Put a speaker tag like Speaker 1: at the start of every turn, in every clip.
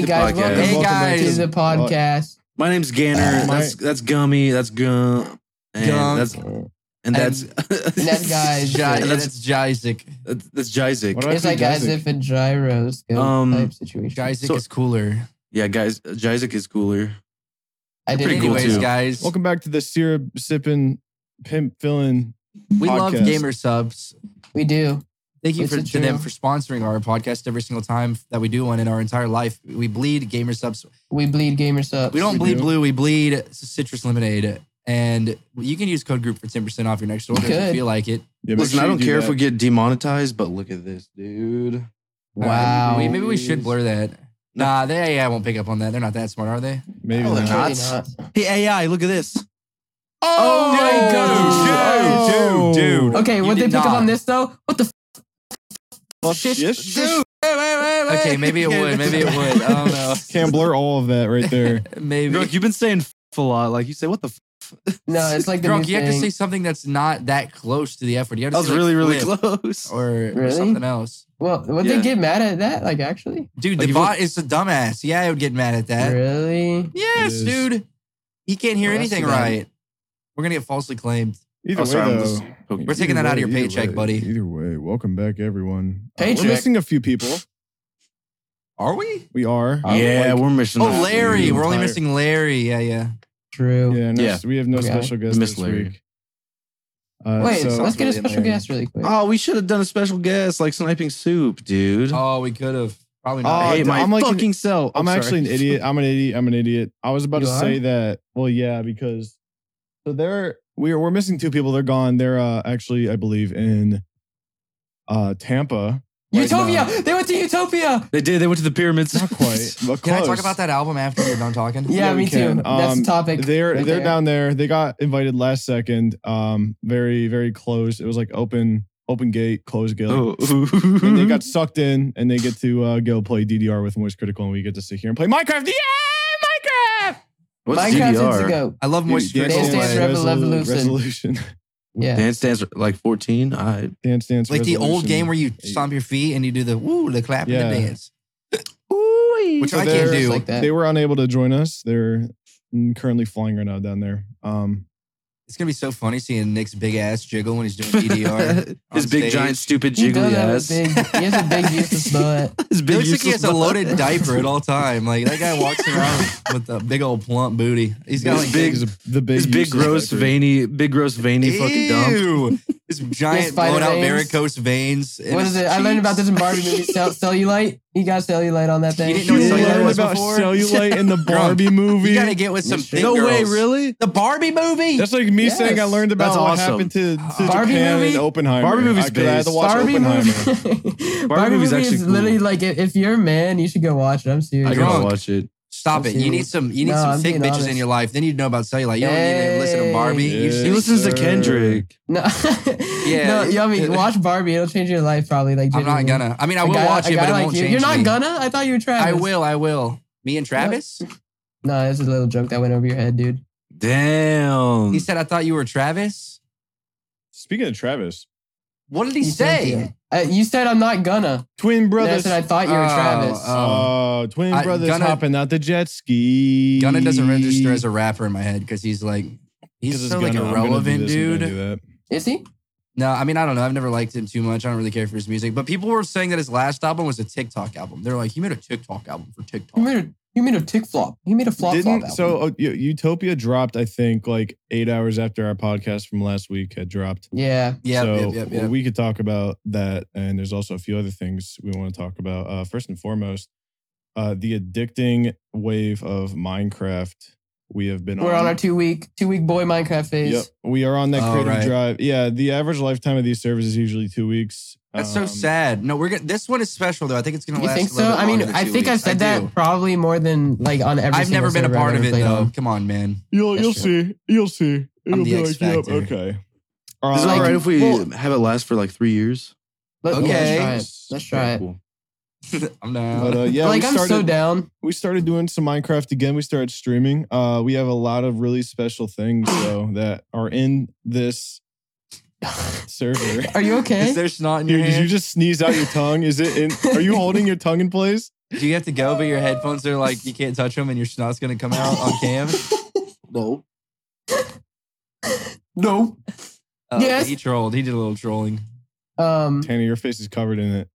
Speaker 1: Hey guys,
Speaker 2: podcast.
Speaker 1: welcome,
Speaker 2: Hey
Speaker 1: back
Speaker 3: guys.
Speaker 1: to the podcast.
Speaker 2: My name's Ganner. that's that's Gummy. That's Gum. And
Speaker 3: Gum.
Speaker 2: that's and that's
Speaker 1: that guy's-
Speaker 3: Jai,
Speaker 2: and that's
Speaker 3: that's, Jisaac.
Speaker 2: that's, that's Jisaac.
Speaker 4: What do I
Speaker 1: It's like
Speaker 4: think,
Speaker 1: as if a gyros go
Speaker 2: Um,
Speaker 1: type situation.
Speaker 3: Jisaac
Speaker 2: So-
Speaker 3: is cooler.
Speaker 2: Yeah, guys, Jisaac is cooler.
Speaker 1: I did
Speaker 2: pretty cool
Speaker 3: Anyways,
Speaker 2: too.
Speaker 3: guys,
Speaker 4: Welcome back to the syrup sipping, pimp filling.
Speaker 3: we love
Speaker 4: podcast.
Speaker 3: gamer subs.
Speaker 1: We do.
Speaker 3: Thank you
Speaker 1: It's
Speaker 3: for,
Speaker 1: a
Speaker 3: to them
Speaker 1: true.
Speaker 3: for sponsoring our podcast every single time that we do one in our entire life. We bleed gamer subs.
Speaker 1: We bleed gamer subs.
Speaker 3: We don't
Speaker 4: We
Speaker 3: bleed
Speaker 4: do.
Speaker 3: blue. We bleed citrus lemonade. And you can use code group for ten percent off your next order if you
Speaker 1: could.
Speaker 3: feel like it.
Speaker 4: Yeah, make
Speaker 2: Listen,
Speaker 4: sure
Speaker 2: I
Speaker 4: you
Speaker 2: don't
Speaker 4: do
Speaker 2: care
Speaker 4: that.
Speaker 2: if we get demonetized, but look at this, dude.
Speaker 1: Wow.
Speaker 3: Uh, we- maybe we should blur that. Nah, the AI won't pick up on that. They're not that smart, are they?
Speaker 4: Maybe
Speaker 2: Oh, they're
Speaker 4: not.
Speaker 2: not.
Speaker 1: Really
Speaker 2: Nuts.
Speaker 1: not.
Speaker 2: Hey AI, look at this.
Speaker 3: Oh,
Speaker 2: my
Speaker 3: dude, dude,
Speaker 4: God. Dude, dude.
Speaker 3: dude.
Speaker 1: Okay,
Speaker 3: You
Speaker 1: what they
Speaker 3: did
Speaker 1: pick up on
Speaker 3: not.
Speaker 1: this though? What the? F-
Speaker 4: Well,
Speaker 1: Shit,
Speaker 4: shit,
Speaker 2: Dude. Hey, wait, wait, wait.
Speaker 3: Okay, maybe it would. Maybe it would. I don't know.
Speaker 4: Can't blur all of that right there.
Speaker 3: Maybe.
Speaker 2: Brooke, you've been saying f- a lot. Like you say, what the f-?
Speaker 1: No, it's like the
Speaker 3: Drunk,
Speaker 1: new
Speaker 3: you have to
Speaker 1: thing.
Speaker 3: say something that's not that close to the effort. You have
Speaker 2: That
Speaker 3: to
Speaker 2: was
Speaker 3: say, like,
Speaker 2: really, really
Speaker 3: flip
Speaker 2: close.
Speaker 3: Or, or
Speaker 1: Really?
Speaker 3: something else.
Speaker 1: Well, would
Speaker 2: Yeah.
Speaker 1: they get mad at that? Like actually,
Speaker 3: Dude,
Speaker 2: Like,
Speaker 3: the
Speaker 2: if you
Speaker 3: bot is a dumbass. Yeah, I would get mad at that.
Speaker 1: really?
Speaker 3: Yes,
Speaker 4: It is.
Speaker 3: dude. He can't hear
Speaker 1: Well, that's
Speaker 3: anything
Speaker 1: too bad.
Speaker 3: right. We're going to get falsely claimed.
Speaker 4: Either
Speaker 2: Oh,
Speaker 4: way,
Speaker 2: sorry, I'm
Speaker 4: though,
Speaker 2: just poking.
Speaker 3: We're taking that out of your
Speaker 4: either
Speaker 3: paycheck,
Speaker 4: way,
Speaker 3: buddy.
Speaker 4: Either way, welcome back, everyone. Uh,
Speaker 1: Paycheck.
Speaker 4: we're missing a few people.
Speaker 3: Are we?
Speaker 4: We are.
Speaker 2: Yeah,
Speaker 4: Like,
Speaker 2: we're missing.
Speaker 3: Oh,
Speaker 2: that
Speaker 3: Larry.
Speaker 2: dude.
Speaker 3: We're only
Speaker 4: Entire-
Speaker 3: missing Larry. Yeah, yeah.
Speaker 1: True.
Speaker 4: yeah, no,
Speaker 2: Yeah.
Speaker 4: we have no
Speaker 1: Okay.
Speaker 4: special guest
Speaker 2: Miss
Speaker 4: this
Speaker 2: Larry.
Speaker 4: week. Uh,
Speaker 1: Wait,
Speaker 4: so-
Speaker 1: let's get a
Speaker 3: really
Speaker 1: special
Speaker 3: annoying.
Speaker 1: guest really quick.
Speaker 2: Oh, we should have done a special guest like Sniping Soup, dude.
Speaker 3: Oh, we could have. Probably
Speaker 4: Oh,
Speaker 2: I
Speaker 3: not.
Speaker 2: hate my
Speaker 4: I'm like an-
Speaker 2: fucking self.
Speaker 4: I'm actually an idiot. I'm an idiot. I'm an idiot. I was about
Speaker 1: You
Speaker 4: to
Speaker 1: are?
Speaker 4: say that. Well, yeah, because so they're we're we're missing two people. They're gone. They're uh, actually, I believe, in uh Tampa. Like,
Speaker 1: Utopia.
Speaker 4: not-
Speaker 1: They went to Utopia.
Speaker 2: They did. They went to the pyramids.
Speaker 4: Not quite. But
Speaker 3: Can I
Speaker 4: close.
Speaker 3: talk about that album after you're done talking?
Speaker 1: Yeah,
Speaker 4: Yeah,
Speaker 1: me
Speaker 4: we
Speaker 1: too.
Speaker 4: can.
Speaker 1: That's
Speaker 4: Um,
Speaker 1: the topic.
Speaker 4: They're
Speaker 1: right
Speaker 4: they're
Speaker 1: there.
Speaker 4: down there. They got invited last second. Um, very very closed. It was like open open gate, closed gate.
Speaker 2: Oh.
Speaker 4: And they got sucked in, and they get to uh, go play DDR with Moist Critical, and we get to sit here and play Minecraft. Yeah, Minecraft.
Speaker 2: What's
Speaker 1: Minecraft
Speaker 2: DDR?
Speaker 1: is to go.
Speaker 3: I love Moist
Speaker 4: Dude,
Speaker 1: Dance
Speaker 3: Critical,
Speaker 1: Dance
Speaker 3: but-
Speaker 1: Revolution. Revolution.
Speaker 4: resolution.
Speaker 1: Yeah.
Speaker 2: Dance Dance like 14. I
Speaker 4: Dance dance.
Speaker 3: Like the old
Speaker 4: Revolution.
Speaker 3: game where you stomp your feet and you do the woo, the clap
Speaker 4: Yeah.
Speaker 3: and the dance. Which
Speaker 4: So
Speaker 3: I
Speaker 4: there-
Speaker 3: can't do.
Speaker 1: Just like that.
Speaker 4: they were unable to join us. They're currently flying right now down there. Um,
Speaker 3: It's gonna be so funny seeing Nick's big ass jiggle when he's doing E
Speaker 2: His
Speaker 3: DDR. on
Speaker 2: big
Speaker 3: stage.
Speaker 2: giant stupid
Speaker 1: He does
Speaker 2: jiggly
Speaker 1: have a
Speaker 2: ass.
Speaker 1: big- he has a big useless butt.
Speaker 2: His
Speaker 3: It
Speaker 2: big
Speaker 3: looks like he
Speaker 2: useless
Speaker 3: has a
Speaker 2: butt.
Speaker 3: loaded diaper at all time. Like that guy walks around with a big old plump booty. He's got
Speaker 2: His
Speaker 3: like
Speaker 2: big-
Speaker 4: is the big,
Speaker 2: His big
Speaker 4: useless
Speaker 2: gross
Speaker 4: record.
Speaker 2: veiny, big gross veiny fucking dump.
Speaker 3: Ew. This giant
Speaker 1: spider
Speaker 3: blown out
Speaker 1: veins.
Speaker 3: varicose veins. in
Speaker 1: What
Speaker 3: his
Speaker 1: is it? I learned
Speaker 3: cheeks.
Speaker 1: about this in Barbie movie. Cell- cellulite. He got cellulite on that thing.
Speaker 3: didn't
Speaker 4: You
Speaker 3: know what cellulite
Speaker 4: learned
Speaker 3: was
Speaker 4: about
Speaker 3: before?
Speaker 4: cellulite in the Barbie movie.
Speaker 3: You gotta get with some
Speaker 1: Yes,
Speaker 3: thick
Speaker 2: No way,
Speaker 3: girls.
Speaker 2: really?
Speaker 3: The Barbie movie.
Speaker 4: That's like me
Speaker 1: Yes.
Speaker 4: saying I learned about
Speaker 2: That's
Speaker 4: what
Speaker 2: awesome.
Speaker 4: happened to, to
Speaker 1: Barbie
Speaker 4: Japan
Speaker 1: movie?
Speaker 4: and Oppenheimer.
Speaker 2: Barbie movie's
Speaker 4: I, 'cause I had to
Speaker 2: based.
Speaker 4: watch
Speaker 1: Barbie
Speaker 4: Oppenheimer.
Speaker 1: movie. Barbie,
Speaker 2: movie's
Speaker 1: movie
Speaker 2: actually
Speaker 1: is
Speaker 2: cool.
Speaker 1: literally like if, if you're a man, you should go watch it. I'm serious.
Speaker 2: I
Speaker 3: Drunk.
Speaker 2: gotta watch it.
Speaker 3: Stop it. You need some. You need
Speaker 1: No,
Speaker 3: some
Speaker 1: I'm
Speaker 3: thick
Speaker 1: being
Speaker 3: bitches
Speaker 1: honest.
Speaker 3: in your life. Then you'd know about cellulite. You don't need to listen to Barbie. You
Speaker 4: Hey.
Speaker 3: should-
Speaker 2: He listens to
Speaker 4: sir.
Speaker 2: Kendrick.
Speaker 1: No,
Speaker 3: Yeah.
Speaker 1: no, yummy. Watch Barbie. It'll change your life, probably. Like
Speaker 3: I'm not
Speaker 1: genuinely.
Speaker 3: gonna. I mean, I
Speaker 1: A
Speaker 3: will
Speaker 1: guy-
Speaker 3: watch
Speaker 1: a
Speaker 3: it,
Speaker 1: guy
Speaker 3: but it
Speaker 1: like
Speaker 3: won't
Speaker 1: you.
Speaker 3: change
Speaker 1: You're not
Speaker 3: me.
Speaker 1: gonna. I thought you were Travis.
Speaker 3: I will. I will. Me and Travis.
Speaker 1: No, it's a little joke that went over your head, dude.
Speaker 2: Damn.
Speaker 3: He said, "I thought you were Travis."
Speaker 4: Speaking of Travis,
Speaker 3: What did he
Speaker 1: You said
Speaker 3: say?
Speaker 1: that. Uh, you said I'm not gonna.
Speaker 4: twin
Speaker 1: Brother,
Speaker 4: brothers.
Speaker 1: said I thought you were
Speaker 3: Oh,
Speaker 1: Travis.
Speaker 3: oh.
Speaker 4: Oh, twin
Speaker 3: I-
Speaker 4: brothers
Speaker 3: Gunna-
Speaker 4: hopping out the jet ski.
Speaker 3: Gunna doesn't register as a rapper in my head because he's like,
Speaker 4: 'Cause
Speaker 3: he's
Speaker 4: it's
Speaker 3: so like
Speaker 4: Gunna. I'm gonna do
Speaker 3: irrelevant,
Speaker 4: this, I'm gonna
Speaker 3: dude.
Speaker 4: do that.
Speaker 1: Is he?
Speaker 3: No, I mean, I don't know. I've never liked him too much. I don't really care for his music. But people were saying that his last album was a TikTok album. They're like, he made a TikTok album for
Speaker 1: You
Speaker 3: TikTok.
Speaker 1: made a you made a tick flop. You made a flop flop.
Speaker 4: Didn't
Speaker 1: album.
Speaker 4: so uh, U- Utopia dropped? I think like eight hours after our podcast from last week had dropped.
Speaker 1: yeah,
Speaker 3: Yeah,
Speaker 4: so
Speaker 3: yep, yep, yep.
Speaker 4: we could talk about that, and there's also a few other things we want to talk about. Uh, first and foremost, uh, the addicting wave of Minecraft we have been
Speaker 1: we're on our two week two week boy Minecraft phase.
Speaker 4: Yep, we are on that
Speaker 3: Oh,
Speaker 4: creative
Speaker 3: right.
Speaker 4: drive. Yeah, the average lifetime of these servers is usually two weeks.
Speaker 3: That's so
Speaker 4: Um,
Speaker 3: sad. No, we're gonna, this one is special though. I think it's gonna
Speaker 1: You
Speaker 3: last.
Speaker 1: think
Speaker 3: a
Speaker 1: so?
Speaker 3: little bit
Speaker 1: I mean,
Speaker 3: longer than
Speaker 1: I
Speaker 3: two
Speaker 1: think I've
Speaker 3: weeks. I
Speaker 1: said
Speaker 3: do.
Speaker 1: that probably more than like on every.
Speaker 3: I've never
Speaker 1: single
Speaker 3: been
Speaker 1: server
Speaker 3: a part
Speaker 1: I've
Speaker 3: of
Speaker 1: ever
Speaker 3: it
Speaker 1: played
Speaker 3: though.
Speaker 1: on.
Speaker 3: Come on, man.
Speaker 4: You'll
Speaker 1: That's
Speaker 4: you'll see. You'll see. It'll
Speaker 3: I'm the
Speaker 4: be
Speaker 3: X
Speaker 4: like, yep,
Speaker 3: Factor.
Speaker 4: okay. Um,
Speaker 2: Is it
Speaker 1: Like,
Speaker 2: alright if we
Speaker 1: well-
Speaker 2: have it last for like three years?
Speaker 1: Let,
Speaker 3: Okay.
Speaker 1: Let's try it. Let's try it.
Speaker 2: Cool.
Speaker 3: I'm down.
Speaker 4: But uh, yeah,
Speaker 1: like
Speaker 4: we
Speaker 1: I'm so
Speaker 4: started-
Speaker 1: down.
Speaker 4: we started doing some Minecraft again. We started streaming. Uh, we have a lot of really special things though that are in this server.
Speaker 1: Are you okay?
Speaker 3: Is there snot in your
Speaker 4: Dude, did
Speaker 3: hand?
Speaker 4: you just sneeze out your tongue? Is it in? Are you holding your tongue in place?
Speaker 3: Do you have to go, but your headphones are like you can't touch them, and your snot's gonna come out on cam?
Speaker 2: No. No.
Speaker 3: Uh,
Speaker 1: Yes.
Speaker 3: He trolled. He did a little trolling.
Speaker 1: Um,
Speaker 4: Tanner, your face is covered in it.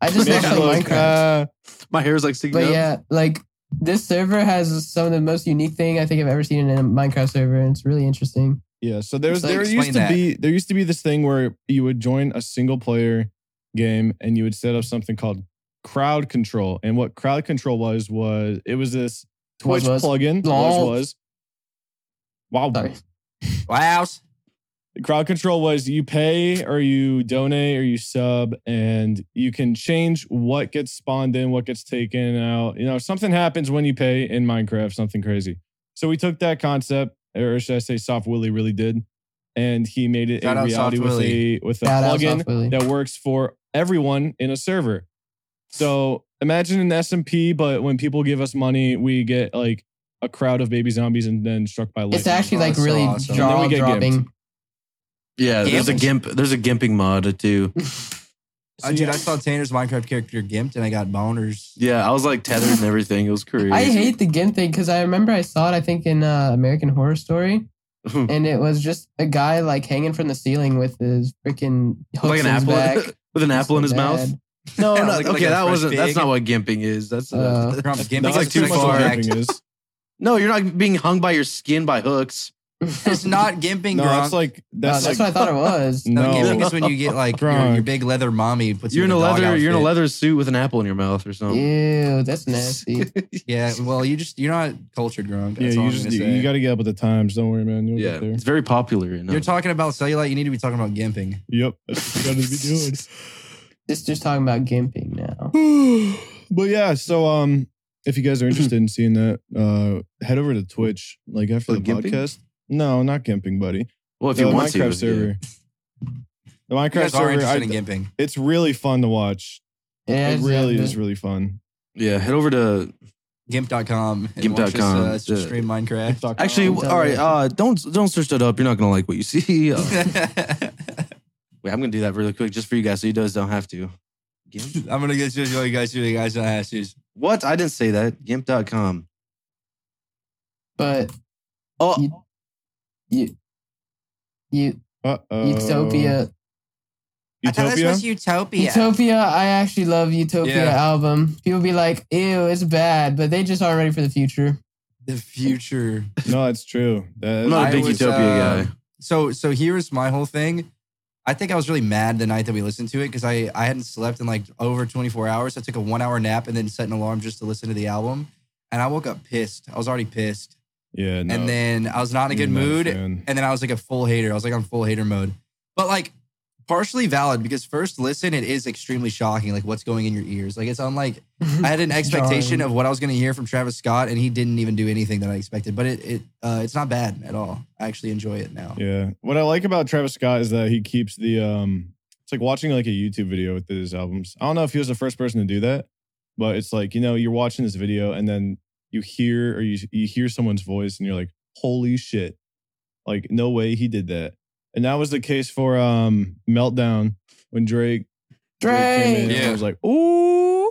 Speaker 1: I just
Speaker 2: Yeah,
Speaker 1: looked at
Speaker 2: like,
Speaker 1: Minecraft.
Speaker 2: My hair's like sticking
Speaker 1: But
Speaker 2: out.
Speaker 1: yeah, like this server has some of the most unique thing I think I've ever seen in a Minecraft server, and it's really interesting.
Speaker 4: Yeah. So there was
Speaker 1: Explain-
Speaker 4: there
Speaker 3: explain
Speaker 4: used to
Speaker 3: that.
Speaker 4: be there used to be this thing where you would join a single player game and you would set up something called crowd control. And what crowd control was was it was this
Speaker 1: Was,
Speaker 4: Twitch
Speaker 1: was.
Speaker 4: plugin.
Speaker 1: Lol.
Speaker 4: Was was. Wow.
Speaker 1: Sorry.
Speaker 3: Wow. Oh,
Speaker 4: Crowd control was you pay or you donate or you sub, and you can change what gets spawned in, what gets taken out. You know, something happens when you pay in Minecraft, something crazy. So we took that concept, or should I say, Soft Willy really did, and he made it
Speaker 3: Shout
Speaker 4: a
Speaker 3: out
Speaker 4: reality
Speaker 3: Soft
Speaker 4: with
Speaker 3: Willy.
Speaker 4: a with a
Speaker 1: Shout out
Speaker 4: plugin
Speaker 1: Soft Willy.
Speaker 4: that works for everyone in a server. So imagine an SMP, but when people give us money, we get like a crowd of baby zombies and then struck by lightning.
Speaker 1: It's actually like
Speaker 3: Oh, so
Speaker 1: really
Speaker 3: awesome.
Speaker 4: And then
Speaker 1: jaw
Speaker 4: we get
Speaker 1: dropping.
Speaker 2: Yeah, there's a
Speaker 3: Gambling.
Speaker 2: gimp. There's a gimping mod too.
Speaker 4: So
Speaker 3: Uh, dude,
Speaker 4: yeah.
Speaker 3: I saw Tanner's Minecraft character gimped, and I got boners.
Speaker 2: Yeah, I was like tethered and everything. It was crazy.
Speaker 1: I hate the GIMP thing because I remember I saw it, I think, in uh, American Horror Story, and it was just a guy like hanging from the ceiling with his freaking hooks
Speaker 2: like an
Speaker 1: in his
Speaker 2: apple
Speaker 1: back.
Speaker 2: with an apple in his
Speaker 1: So
Speaker 2: mouth.
Speaker 1: bad.
Speaker 2: No, no.
Speaker 3: Like-
Speaker 2: okay,
Speaker 3: like a
Speaker 2: that
Speaker 3: fresh
Speaker 2: wasn't. That's
Speaker 3: pig.
Speaker 2: not what gimping is. That's
Speaker 1: Uh,
Speaker 3: Trump, gimping is
Speaker 4: That's like
Speaker 3: a
Speaker 4: too much
Speaker 3: sexual
Speaker 4: what
Speaker 3: act.
Speaker 4: gimping is.
Speaker 2: no. You're not being hung by your skin by hooks.
Speaker 3: It's not gimping,
Speaker 4: No,
Speaker 3: Gronk.
Speaker 4: that's like
Speaker 1: Uh,
Speaker 4: that's,
Speaker 1: that's
Speaker 4: like
Speaker 1: what I thought it was.
Speaker 3: No,
Speaker 4: no.
Speaker 3: gimping is when you get like your,
Speaker 4: Gronk.
Speaker 3: your big leather mommy puts
Speaker 2: You're in
Speaker 3: you
Speaker 2: a
Speaker 3: dog
Speaker 2: leather. You're in a
Speaker 3: outfit.
Speaker 2: leather suit with an apple in your mouth or something.
Speaker 1: Ew, that's nasty.
Speaker 3: Yeah, well, you just you're not cultured, Gronk.
Speaker 4: yeah,
Speaker 3: That's all
Speaker 4: you
Speaker 3: I'm
Speaker 4: just
Speaker 3: gonna
Speaker 4: you,
Speaker 3: say.
Speaker 4: got to get up with the times. Don't worry, man. You'll
Speaker 2: Yeah,
Speaker 4: get there.
Speaker 2: it's very popular. You know?
Speaker 3: You're talking about cellulite. You need to be talking about gimping.
Speaker 4: Yep, that's what you got to be doing.
Speaker 1: Just just talking about gimping now.
Speaker 4: but yeah, so um, if you guys are interested in seeing that, uh, head over to Twitch. Like after
Speaker 2: Oh,
Speaker 4: the
Speaker 2: gimping?
Speaker 4: podcast. No, not gimping, buddy.
Speaker 2: well, if
Speaker 4: the
Speaker 2: you want
Speaker 4: Minecraft
Speaker 2: to,
Speaker 4: server.
Speaker 2: yeah.
Speaker 4: The
Speaker 3: You
Speaker 4: Minecraft
Speaker 3: guys are
Speaker 4: server.
Speaker 3: interested
Speaker 4: I-
Speaker 3: in gimping.
Speaker 4: it's really fun to watch.
Speaker 1: Yeah,
Speaker 4: it
Speaker 1: it's-
Speaker 4: really
Speaker 1: yeah,
Speaker 4: is really fun.
Speaker 2: yeah, head over to
Speaker 3: Gimp.com. and
Speaker 2: Gimp.com,
Speaker 3: watch us, uh,
Speaker 2: yeah.
Speaker 3: stream Minecraft.
Speaker 2: Actually,
Speaker 1: I'm telling
Speaker 2: all right.
Speaker 1: you.
Speaker 2: Uh, don't don't search that up. You're not gonna like what you see. Uh, wait, I'm gonna do that really quick just for you guys, so you guys don't have to. Gimp?
Speaker 3: I'm gonna get you you guys, you guys, I ask you.
Speaker 2: What? I didn't say that. Gimp.com.
Speaker 1: But
Speaker 2: Oh,
Speaker 1: You- you, you,
Speaker 4: Uh oh.
Speaker 1: Utopia,
Speaker 4: Utopia.
Speaker 3: Utopia.
Speaker 1: Utopia. I actually love Utopia
Speaker 3: Yeah.
Speaker 1: album. People be like, "Ew, it's bad," but they just aren't ready for the future.
Speaker 3: The future.
Speaker 4: No, that's true. That,
Speaker 2: I'm not
Speaker 3: I
Speaker 2: a big
Speaker 3: was,
Speaker 2: Utopia
Speaker 3: uh,
Speaker 2: guy.
Speaker 3: So, so here's my whole thing. I think I was really mad the night that we listened to it because I, I hadn't slept in like over 24 hours. I took a one hour nap and then set an alarm just to listen to the album. And I woke up pissed. I was already pissed.
Speaker 4: yeah, no.
Speaker 3: And then I was not in a good
Speaker 4: You're not
Speaker 3: mood.
Speaker 4: fan.
Speaker 3: and then I was like a full hater. I was like on full hater mode. But like partially valid because first listen, it is extremely shocking. Like what's going in your ears? Like it's unlike I had an expectation of what I was going to hear from Travis Scott, and he didn't even do anything that I expected. But it it uh, it's not bad at all. I actually enjoy it now.
Speaker 4: Yeah. What I like about Travis Scott is that he keeps the um it's like watching like a YouTube video with his albums. I don't know if he was the first person to do that, but it's like, you know, you're watching this video and then you hear or you you hear someone's voice and you're like, "Holy shit." Like no way he did that. And that was the case for um Meltdown when Drake, came in
Speaker 1: Drake.
Speaker 4: and I
Speaker 3: Yeah.
Speaker 4: was like, "Ooh."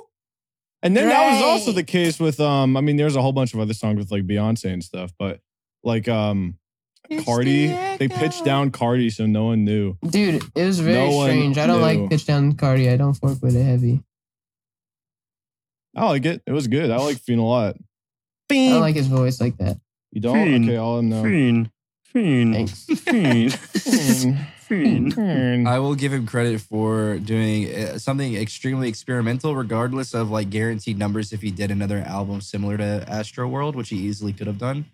Speaker 4: And then that was also the
Speaker 1: Drake.
Speaker 4: case with um I mean, there's a whole bunch of other songs with like Beyonce and stuff, but like um Cardi. They pitched down Cardi so no one knew.
Speaker 1: Dude, it was very
Speaker 4: No one
Speaker 1: strange. I don't
Speaker 4: knew.
Speaker 1: like pitch down Cardi. I don't fork with it heavy.
Speaker 4: I like it. It was good. I like Fiend a lot.
Speaker 1: I don't like his voice like that.
Speaker 4: You don't?
Speaker 2: Fiend.
Speaker 4: Okay, I'll know.
Speaker 2: Fiend. Fiend.
Speaker 1: Thanks.
Speaker 2: Fiend.
Speaker 4: Fiend. Fiend.
Speaker 3: I will give him credit for doing uh, something extremely experimental, regardless of like guaranteed numbers. If he did another album similar to Astro World, which he easily could have done,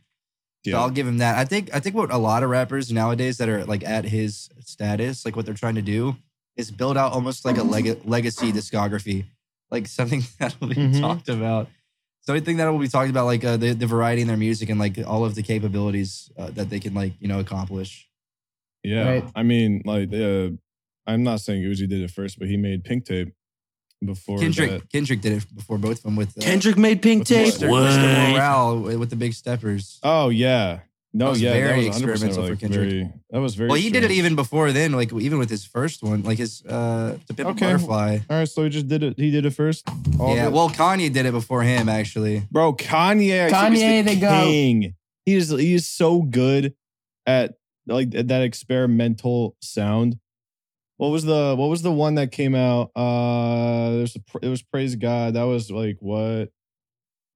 Speaker 3: So I'll
Speaker 4: Yeah.
Speaker 3: give him that. I think I think what a lot of rappers nowadays that are like at his status, like what they're trying to do is build out almost like a leg- legacy discography, like something that will be
Speaker 4: Mhm.
Speaker 3: talked about. So I think that will be talked about, like uh, the the variety in their music and like all of the capabilities uh, that they can like you know accomplish.
Speaker 4: Yeah.
Speaker 1: Right.
Speaker 4: I mean, like, uh, I'm not saying Uzi did it first, but he made Pink Tape before
Speaker 3: Kendrick
Speaker 4: that.
Speaker 3: Kendrick did it before both of them with uh,
Speaker 2: Kendrick made pink
Speaker 4: With
Speaker 2: tape.
Speaker 4: mustard.
Speaker 3: Mr. Mr. Morale with the Big Steppers.
Speaker 4: Oh, yeah. No,
Speaker 3: was
Speaker 4: yeah,
Speaker 3: very
Speaker 4: that was 100%
Speaker 3: experimental for
Speaker 4: like,
Speaker 3: Kendrick.
Speaker 4: Very, that was very.
Speaker 3: Well, he did it
Speaker 4: strange.
Speaker 3: even before then, like even with his first one, like his uh, "To Pimp a
Speaker 4: Okay.
Speaker 3: Butterfly."
Speaker 4: All right, so he just did it. He did it first. All
Speaker 3: yeah,
Speaker 4: of it?
Speaker 3: well, Kanye did it before him, actually.
Speaker 4: bro, Kanye. I think is
Speaker 1: Kanye,
Speaker 4: the
Speaker 1: they go.
Speaker 4: king. He is. He is so good at like at that experimental sound. What was the What was the one that came out? Uh, there's a, pr- it was praise God. That was like what.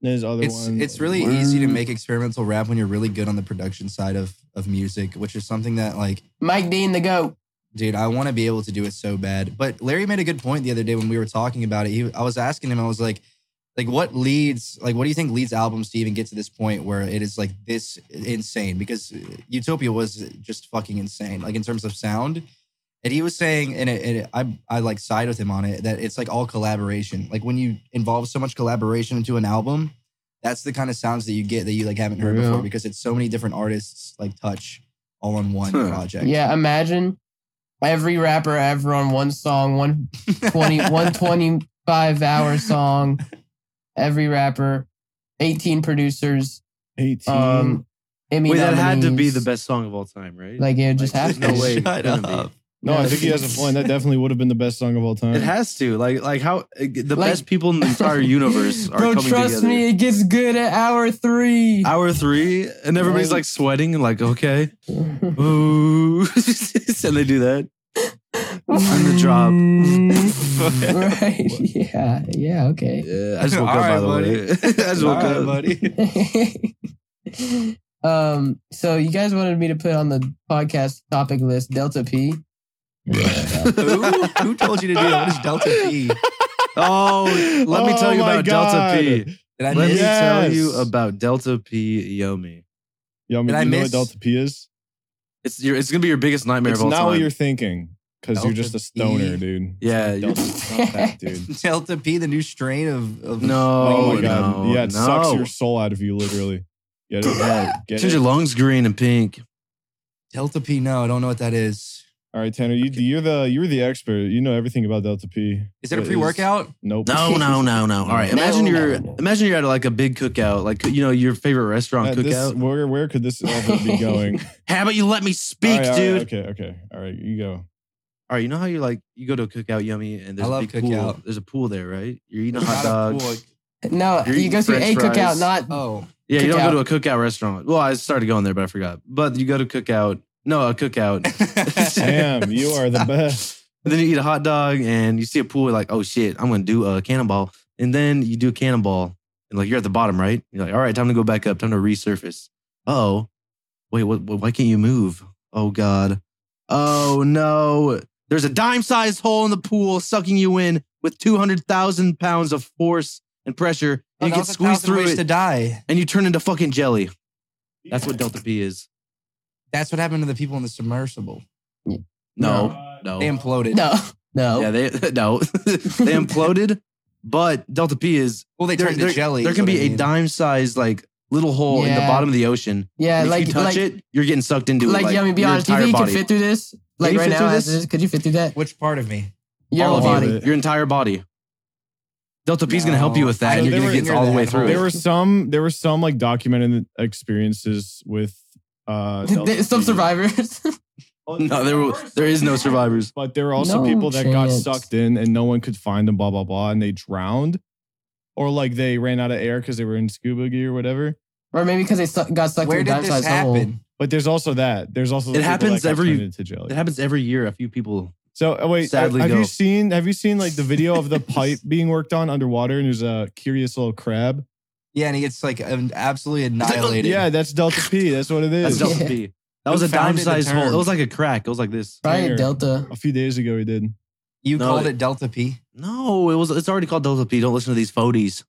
Speaker 4: There's other
Speaker 3: It's
Speaker 4: one.
Speaker 3: it's really
Speaker 1: Word.
Speaker 3: easy to make experimental rap when you're really good on the production side of of music, which is something that like
Speaker 1: Mike Dean, the goat.
Speaker 3: Dude, I want to be able to do it so bad. But Larry made a good point the other day when we were talking about it. He, I was asking him, I was like, like what leads, like what do you think leads albums to even get to this point where it is like this insane? Because Utopia was just fucking insane, like in terms of sound. And he was saying, and, it, and it, I, I like side with him on it that it's like all collaboration. Like when you involve so much collaboration into an album, that's the kind of sounds that you get that you like haven't heard
Speaker 1: Yeah.
Speaker 3: before because it's so many different artists like touch all on one
Speaker 2: Huh.
Speaker 3: project.
Speaker 1: Yeah, imagine every rapper ever on one song, one 20, 125 hour song. Every rapper, 18 producers.
Speaker 4: 18.
Speaker 1: Um, Emmy
Speaker 2: Wait, that had to be
Speaker 1: nominees.
Speaker 2: the best song of all time, right?
Speaker 1: Like, it just
Speaker 2: Like,
Speaker 1: has to
Speaker 2: there's no
Speaker 1: be.
Speaker 2: way. it
Speaker 3: Shut
Speaker 2: couldn't be.
Speaker 3: up.
Speaker 4: no, I think he has a point. That definitely would have been the best song of all time.
Speaker 2: It has to. Like, like how uh, the
Speaker 1: Like-
Speaker 2: best people in the entire universe are
Speaker 1: Bro,
Speaker 2: coming
Speaker 1: trust
Speaker 2: together.
Speaker 1: me, it gets good at hour three.
Speaker 2: Hour three, and everybody's like sweating, and like, okay, ooh, and they do that. the drop.
Speaker 1: Mm. right. Yeah. Yeah. Okay.
Speaker 2: Yeah, I just woke
Speaker 3: All
Speaker 2: up by
Speaker 3: right,
Speaker 2: the
Speaker 3: buddy.
Speaker 2: way. I just woke
Speaker 3: All right,
Speaker 2: up,
Speaker 3: buddy.
Speaker 1: um, so you guys wanted me to put on the podcast topic list Delta P.
Speaker 3: who, who told you to do that? What is Delta P?
Speaker 2: Oh, let me
Speaker 4: Oh
Speaker 2: tell you
Speaker 4: my
Speaker 2: about Delta P.
Speaker 3: Did I
Speaker 2: Let
Speaker 3: miss?
Speaker 2: me tell
Speaker 4: Yes.
Speaker 2: you about Delta P Yomi.
Speaker 4: Yo, I mean,
Speaker 3: Did I
Speaker 4: you know
Speaker 3: miss-
Speaker 4: what Delta P is?
Speaker 2: It's your, it's gonna be your biggest nightmare
Speaker 4: It's
Speaker 2: of all
Speaker 4: not
Speaker 2: time.
Speaker 4: what you're thinking because you're
Speaker 3: Delta
Speaker 4: just a stoner,
Speaker 3: P.
Speaker 4: dude.
Speaker 2: yeah,
Speaker 4: Delta,
Speaker 2: you-
Speaker 4: stop that, dude.
Speaker 3: Delta P, the new strain of, of
Speaker 2: no,
Speaker 4: Oh, my god.
Speaker 2: no,
Speaker 4: yeah, it sucks
Speaker 2: no.
Speaker 4: your soul out of you, literally. Get it?
Speaker 2: Yeah.
Speaker 4: Get
Speaker 2: Change
Speaker 4: it?
Speaker 2: your lungs green and pink.
Speaker 3: Delta P. No, I don't know what that is.
Speaker 4: All right, Tanner, you, you're the you're the expert. You know everything about Delta P.
Speaker 3: Is it a
Speaker 4: It is-
Speaker 3: pre-workout?
Speaker 4: Nope.
Speaker 2: No, no, no, no. All right,
Speaker 1: No,
Speaker 2: imagine
Speaker 1: no,
Speaker 2: you're
Speaker 1: no.
Speaker 2: imagine you're at like a big cookout, like you know your favorite restaurant
Speaker 4: Uh, this-
Speaker 2: cookout.
Speaker 4: where where could this ever be going?
Speaker 2: How about you let me
Speaker 4: All
Speaker 2: speak,
Speaker 4: right, all right,
Speaker 2: dude?
Speaker 4: okay, okay. All right, you go.
Speaker 2: All right, you know how you like you go to a cookout, yummy, and there's
Speaker 3: I
Speaker 2: a
Speaker 3: love
Speaker 2: big pool.
Speaker 3: cookout.
Speaker 2: There's a pool there, right? You're eating a
Speaker 3: Not
Speaker 2: hot
Speaker 3: a
Speaker 2: dog.
Speaker 3: pool.
Speaker 1: No,
Speaker 2: You're
Speaker 1: you go
Speaker 2: eating
Speaker 1: to a
Speaker 2: french
Speaker 1: cookout,
Speaker 2: fries.
Speaker 1: not
Speaker 3: Oh,
Speaker 2: Yeah, you don't
Speaker 1: Cookout.
Speaker 2: go to a cookout restaurant. Well, I started going there, but I forgot. But you go to cookout. No, a cookout.
Speaker 4: Damn, you are the best.
Speaker 2: And then you eat a hot dog and you see a pool, you're like, oh shit, I'm gonna do a cannonball. And then you do a cannonball and like you're at the bottom, right? You're like, all right, time to go back up, time to resurface. Oh, wait, what, what- why can't you move? Oh God. Oh no. There's a dime sized hole in the pool sucking you in with 200,000 pounds of force and pressure.
Speaker 3: Oh,
Speaker 2: And
Speaker 3: that
Speaker 2: you get
Speaker 3: was a
Speaker 2: squeezed
Speaker 3: thousand
Speaker 2: through
Speaker 3: ways
Speaker 2: it
Speaker 3: to die.
Speaker 2: and you turn into fucking jelly. That's what Delta P is.
Speaker 3: That's what happened to the people in the submersible.
Speaker 2: No,
Speaker 4: Oh.
Speaker 2: no.
Speaker 3: They imploded.
Speaker 1: no, no.
Speaker 2: Yeah, they no, they imploded. But Delta P is
Speaker 3: Well, they
Speaker 2: There-
Speaker 3: turned to jelly.
Speaker 2: there
Speaker 3: is
Speaker 2: can
Speaker 3: what
Speaker 2: be
Speaker 3: I
Speaker 2: a
Speaker 3: mean.
Speaker 2: dime-sized like little hole in the
Speaker 1: Yeah.
Speaker 2: bottom of the ocean.
Speaker 1: Yeah,
Speaker 2: And if
Speaker 1: like
Speaker 2: you touch
Speaker 1: like
Speaker 2: it, you're getting sucked into
Speaker 1: like,
Speaker 2: it. Like
Speaker 1: yeah, I mean, be
Speaker 2: your
Speaker 1: honest. Do you
Speaker 2: entire
Speaker 1: think you could
Speaker 2: body.
Speaker 1: fit through this? Like
Speaker 2: you
Speaker 1: right
Speaker 2: fit
Speaker 1: now,
Speaker 2: through
Speaker 1: as
Speaker 2: this?
Speaker 1: is, could you fit through that?
Speaker 3: Which part of me?
Speaker 1: Your
Speaker 2: All
Speaker 1: whole
Speaker 2: of
Speaker 1: body.
Speaker 2: Your entire body. Delta P's gonna help you with that, and
Speaker 3: No,
Speaker 4: I
Speaker 2: you're
Speaker 4: don't
Speaker 2: gonna
Speaker 4: think
Speaker 2: get
Speaker 3: we're
Speaker 2: all the
Speaker 3: near
Speaker 2: way
Speaker 3: that.
Speaker 2: through
Speaker 4: There
Speaker 2: it.
Speaker 4: were some there were some like documented experiences with uh Delta
Speaker 1: Some
Speaker 4: P.
Speaker 1: survivors.
Speaker 2: No, there were, there is no survivors.
Speaker 4: But there were also
Speaker 1: No
Speaker 4: people that got
Speaker 1: chance.
Speaker 4: sucked in and no one could find them, blah, blah, blah, and they drowned. Or like they ran out of air because they were in scuba gear or whatever.
Speaker 1: or maybe because they su- got sucked
Speaker 3: Where
Speaker 1: in a
Speaker 3: did
Speaker 1: dime
Speaker 3: this
Speaker 1: sized hole.
Speaker 3: happen?
Speaker 4: But there's also that. There's also the
Speaker 2: It
Speaker 4: people
Speaker 2: happens
Speaker 4: that got
Speaker 2: every-
Speaker 4: turned into jelly.
Speaker 2: It happens every year. A few people.
Speaker 4: So oh, wait,
Speaker 2: Sadly,
Speaker 4: have
Speaker 2: no.
Speaker 4: you seen have you seen like the video of the pipe being worked on underwater and there's a curious little crab?
Speaker 3: Yeah, and he gets like um, absolutely
Speaker 2: like, oh,
Speaker 3: annihilated.
Speaker 4: Yeah, that's Delta P. That's what it
Speaker 2: That's
Speaker 4: is.
Speaker 1: Yeah.
Speaker 2: Delta P. That
Speaker 3: Who
Speaker 2: was a
Speaker 3: founded the
Speaker 2: dime-sized hole.
Speaker 3: term?
Speaker 2: It was like a crack. It was like this.
Speaker 1: Right,
Speaker 4: Here.
Speaker 1: Delta.
Speaker 4: A few days ago he did.
Speaker 3: You
Speaker 2: No,
Speaker 3: called
Speaker 2: they-
Speaker 3: it Delta P.
Speaker 2: No, it was. It's already called Delta P. Don't listen to these foadies.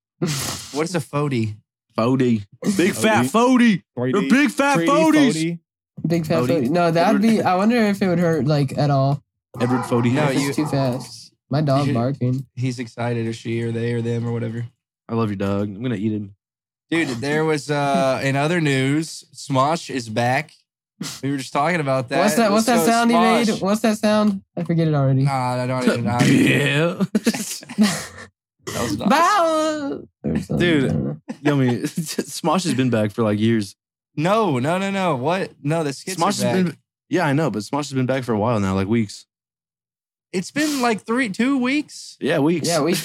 Speaker 3: What is a FODY?
Speaker 2: Fody. Big fat
Speaker 4: Fody.
Speaker 2: Fody. They're big fat
Speaker 4: 3D
Speaker 2: Fodies.
Speaker 4: Fody.
Speaker 1: Big fat.
Speaker 2: Fody.
Speaker 1: foot. No, that'd be. I wonder if it would hurt like at all.
Speaker 2: Edward Fody.
Speaker 3: No,
Speaker 1: if it's
Speaker 3: you-
Speaker 1: too fast. My dog
Speaker 3: You-
Speaker 1: barking.
Speaker 3: He's excited, or she, or they, or them, or whatever.
Speaker 2: I love your dog. I'm gonna eat him.
Speaker 3: Dude, there was uh in other news, Smosh is back. We were just talking about that.
Speaker 1: what's that? What's that
Speaker 3: So
Speaker 1: sound
Speaker 3: Smosh-
Speaker 1: he made? What's that sound? I forget it already.
Speaker 3: Nah, I don't even know.
Speaker 2: yeah,
Speaker 3: That was not-
Speaker 1: Bow! Or something,
Speaker 2: Dude.
Speaker 1: I don't know.
Speaker 2: yummy. Smosh has been back for like years.
Speaker 3: No, no, no, no. What? No, the skits
Speaker 2: Smosh has
Speaker 3: are back.
Speaker 2: been. Yeah, I know, but Smosh has been back for a while now, like weeks.
Speaker 3: It's been like three, two weeks.
Speaker 2: Yeah, weeks.
Speaker 1: Yeah, we.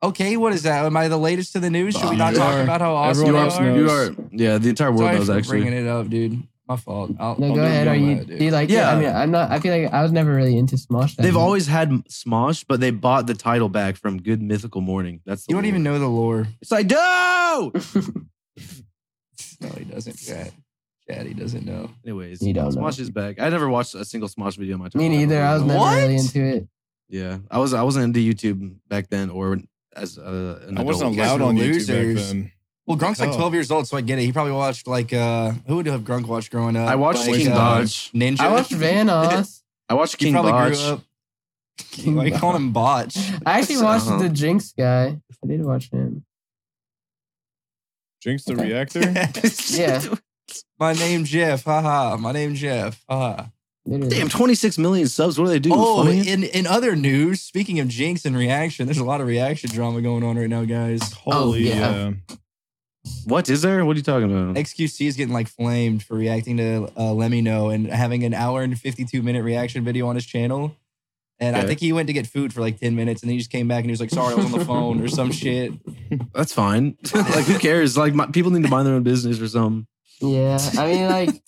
Speaker 3: Okay, what is that? Am I the latest to the news? Should we not
Speaker 2: You
Speaker 3: talk
Speaker 4: are.
Speaker 3: about how awesome
Speaker 4: Everyone
Speaker 3: they
Speaker 4: else
Speaker 3: are?
Speaker 4: knows.
Speaker 2: You are. Yeah, the entire world
Speaker 3: Sorry
Speaker 2: knows
Speaker 3: for
Speaker 2: actually.
Speaker 3: bringing it up, dude. My fault. I'll,
Speaker 1: no,
Speaker 3: I'll
Speaker 1: go
Speaker 3: do
Speaker 1: ahead.
Speaker 3: it
Speaker 1: Are
Speaker 3: on
Speaker 1: you?
Speaker 3: that, dude.
Speaker 1: Do you like
Speaker 2: Yeah.
Speaker 1: it? I mean, I'm not. I feel like I was never really into Smosh. that
Speaker 2: They've
Speaker 1: much.
Speaker 2: always had Smosh, but they bought the title back from Good Mythical Morning. That's the
Speaker 3: You don't
Speaker 2: lore.
Speaker 3: even know the lore.
Speaker 2: It's like no.
Speaker 3: No, he doesn't. Chad. Chad, he doesn't know.
Speaker 2: Anyways,
Speaker 1: You don't know.
Speaker 2: Smosh is back. I never watched a single Smosh video in my time.
Speaker 1: Me neither. I was never
Speaker 3: What?
Speaker 1: really into it.
Speaker 2: Yeah, I was. I wasn't into YouTube back then, or as uh, an
Speaker 4: I wasn't
Speaker 2: adult.
Speaker 3: guys
Speaker 4: allowed
Speaker 3: were
Speaker 4: on YouTube back
Speaker 3: losers.
Speaker 4: then.
Speaker 3: Well, Grunk's like
Speaker 4: Oh.
Speaker 3: 12 years old, so I get it. He probably watched like uh who would have Grunk watched growing up?
Speaker 2: I watched
Speaker 3: like,
Speaker 2: King
Speaker 3: uh,
Speaker 2: Dodge.
Speaker 3: Ninja.
Speaker 1: I watched Vanoss.
Speaker 2: I watched
Speaker 3: He
Speaker 2: King
Speaker 3: probably
Speaker 2: Dodge.
Speaker 3: grew up.
Speaker 1: King
Speaker 3: Why you
Speaker 1: Botch.
Speaker 3: calling him Botch?
Speaker 1: I actually watched
Speaker 2: Uh-huh.
Speaker 1: the Jinx guy. I did watch him.
Speaker 4: Jinx the
Speaker 1: Okay.
Speaker 4: Reactor.
Speaker 1: Yeah.
Speaker 3: My name Jeff. Haha. My name Jeff. Haha.
Speaker 1: Literally.
Speaker 2: Damn, 26 million subs. What do they do?
Speaker 3: Oh,
Speaker 2: Funny?
Speaker 3: in, in other news, speaking of Jinx and reaction, there's a lot of reaction drama going on right now, guys.
Speaker 2: Oh,
Speaker 4: Holy.
Speaker 1: yeah.
Speaker 4: uh,
Speaker 2: what is there? What are you talking about?
Speaker 3: XQC is getting like flamed for reacting to uh, Let Me Know and having an hour and 52 minute reaction video on his channel. And I
Speaker 2: Okay.
Speaker 3: think he went to get food for like 10 minutes and then he just came back and he was like, sorry, I was on the phone or some shit.
Speaker 2: That's fine. like, who cares? Like, my, people need to mind their own business or something.
Speaker 1: Yeah, I mean, like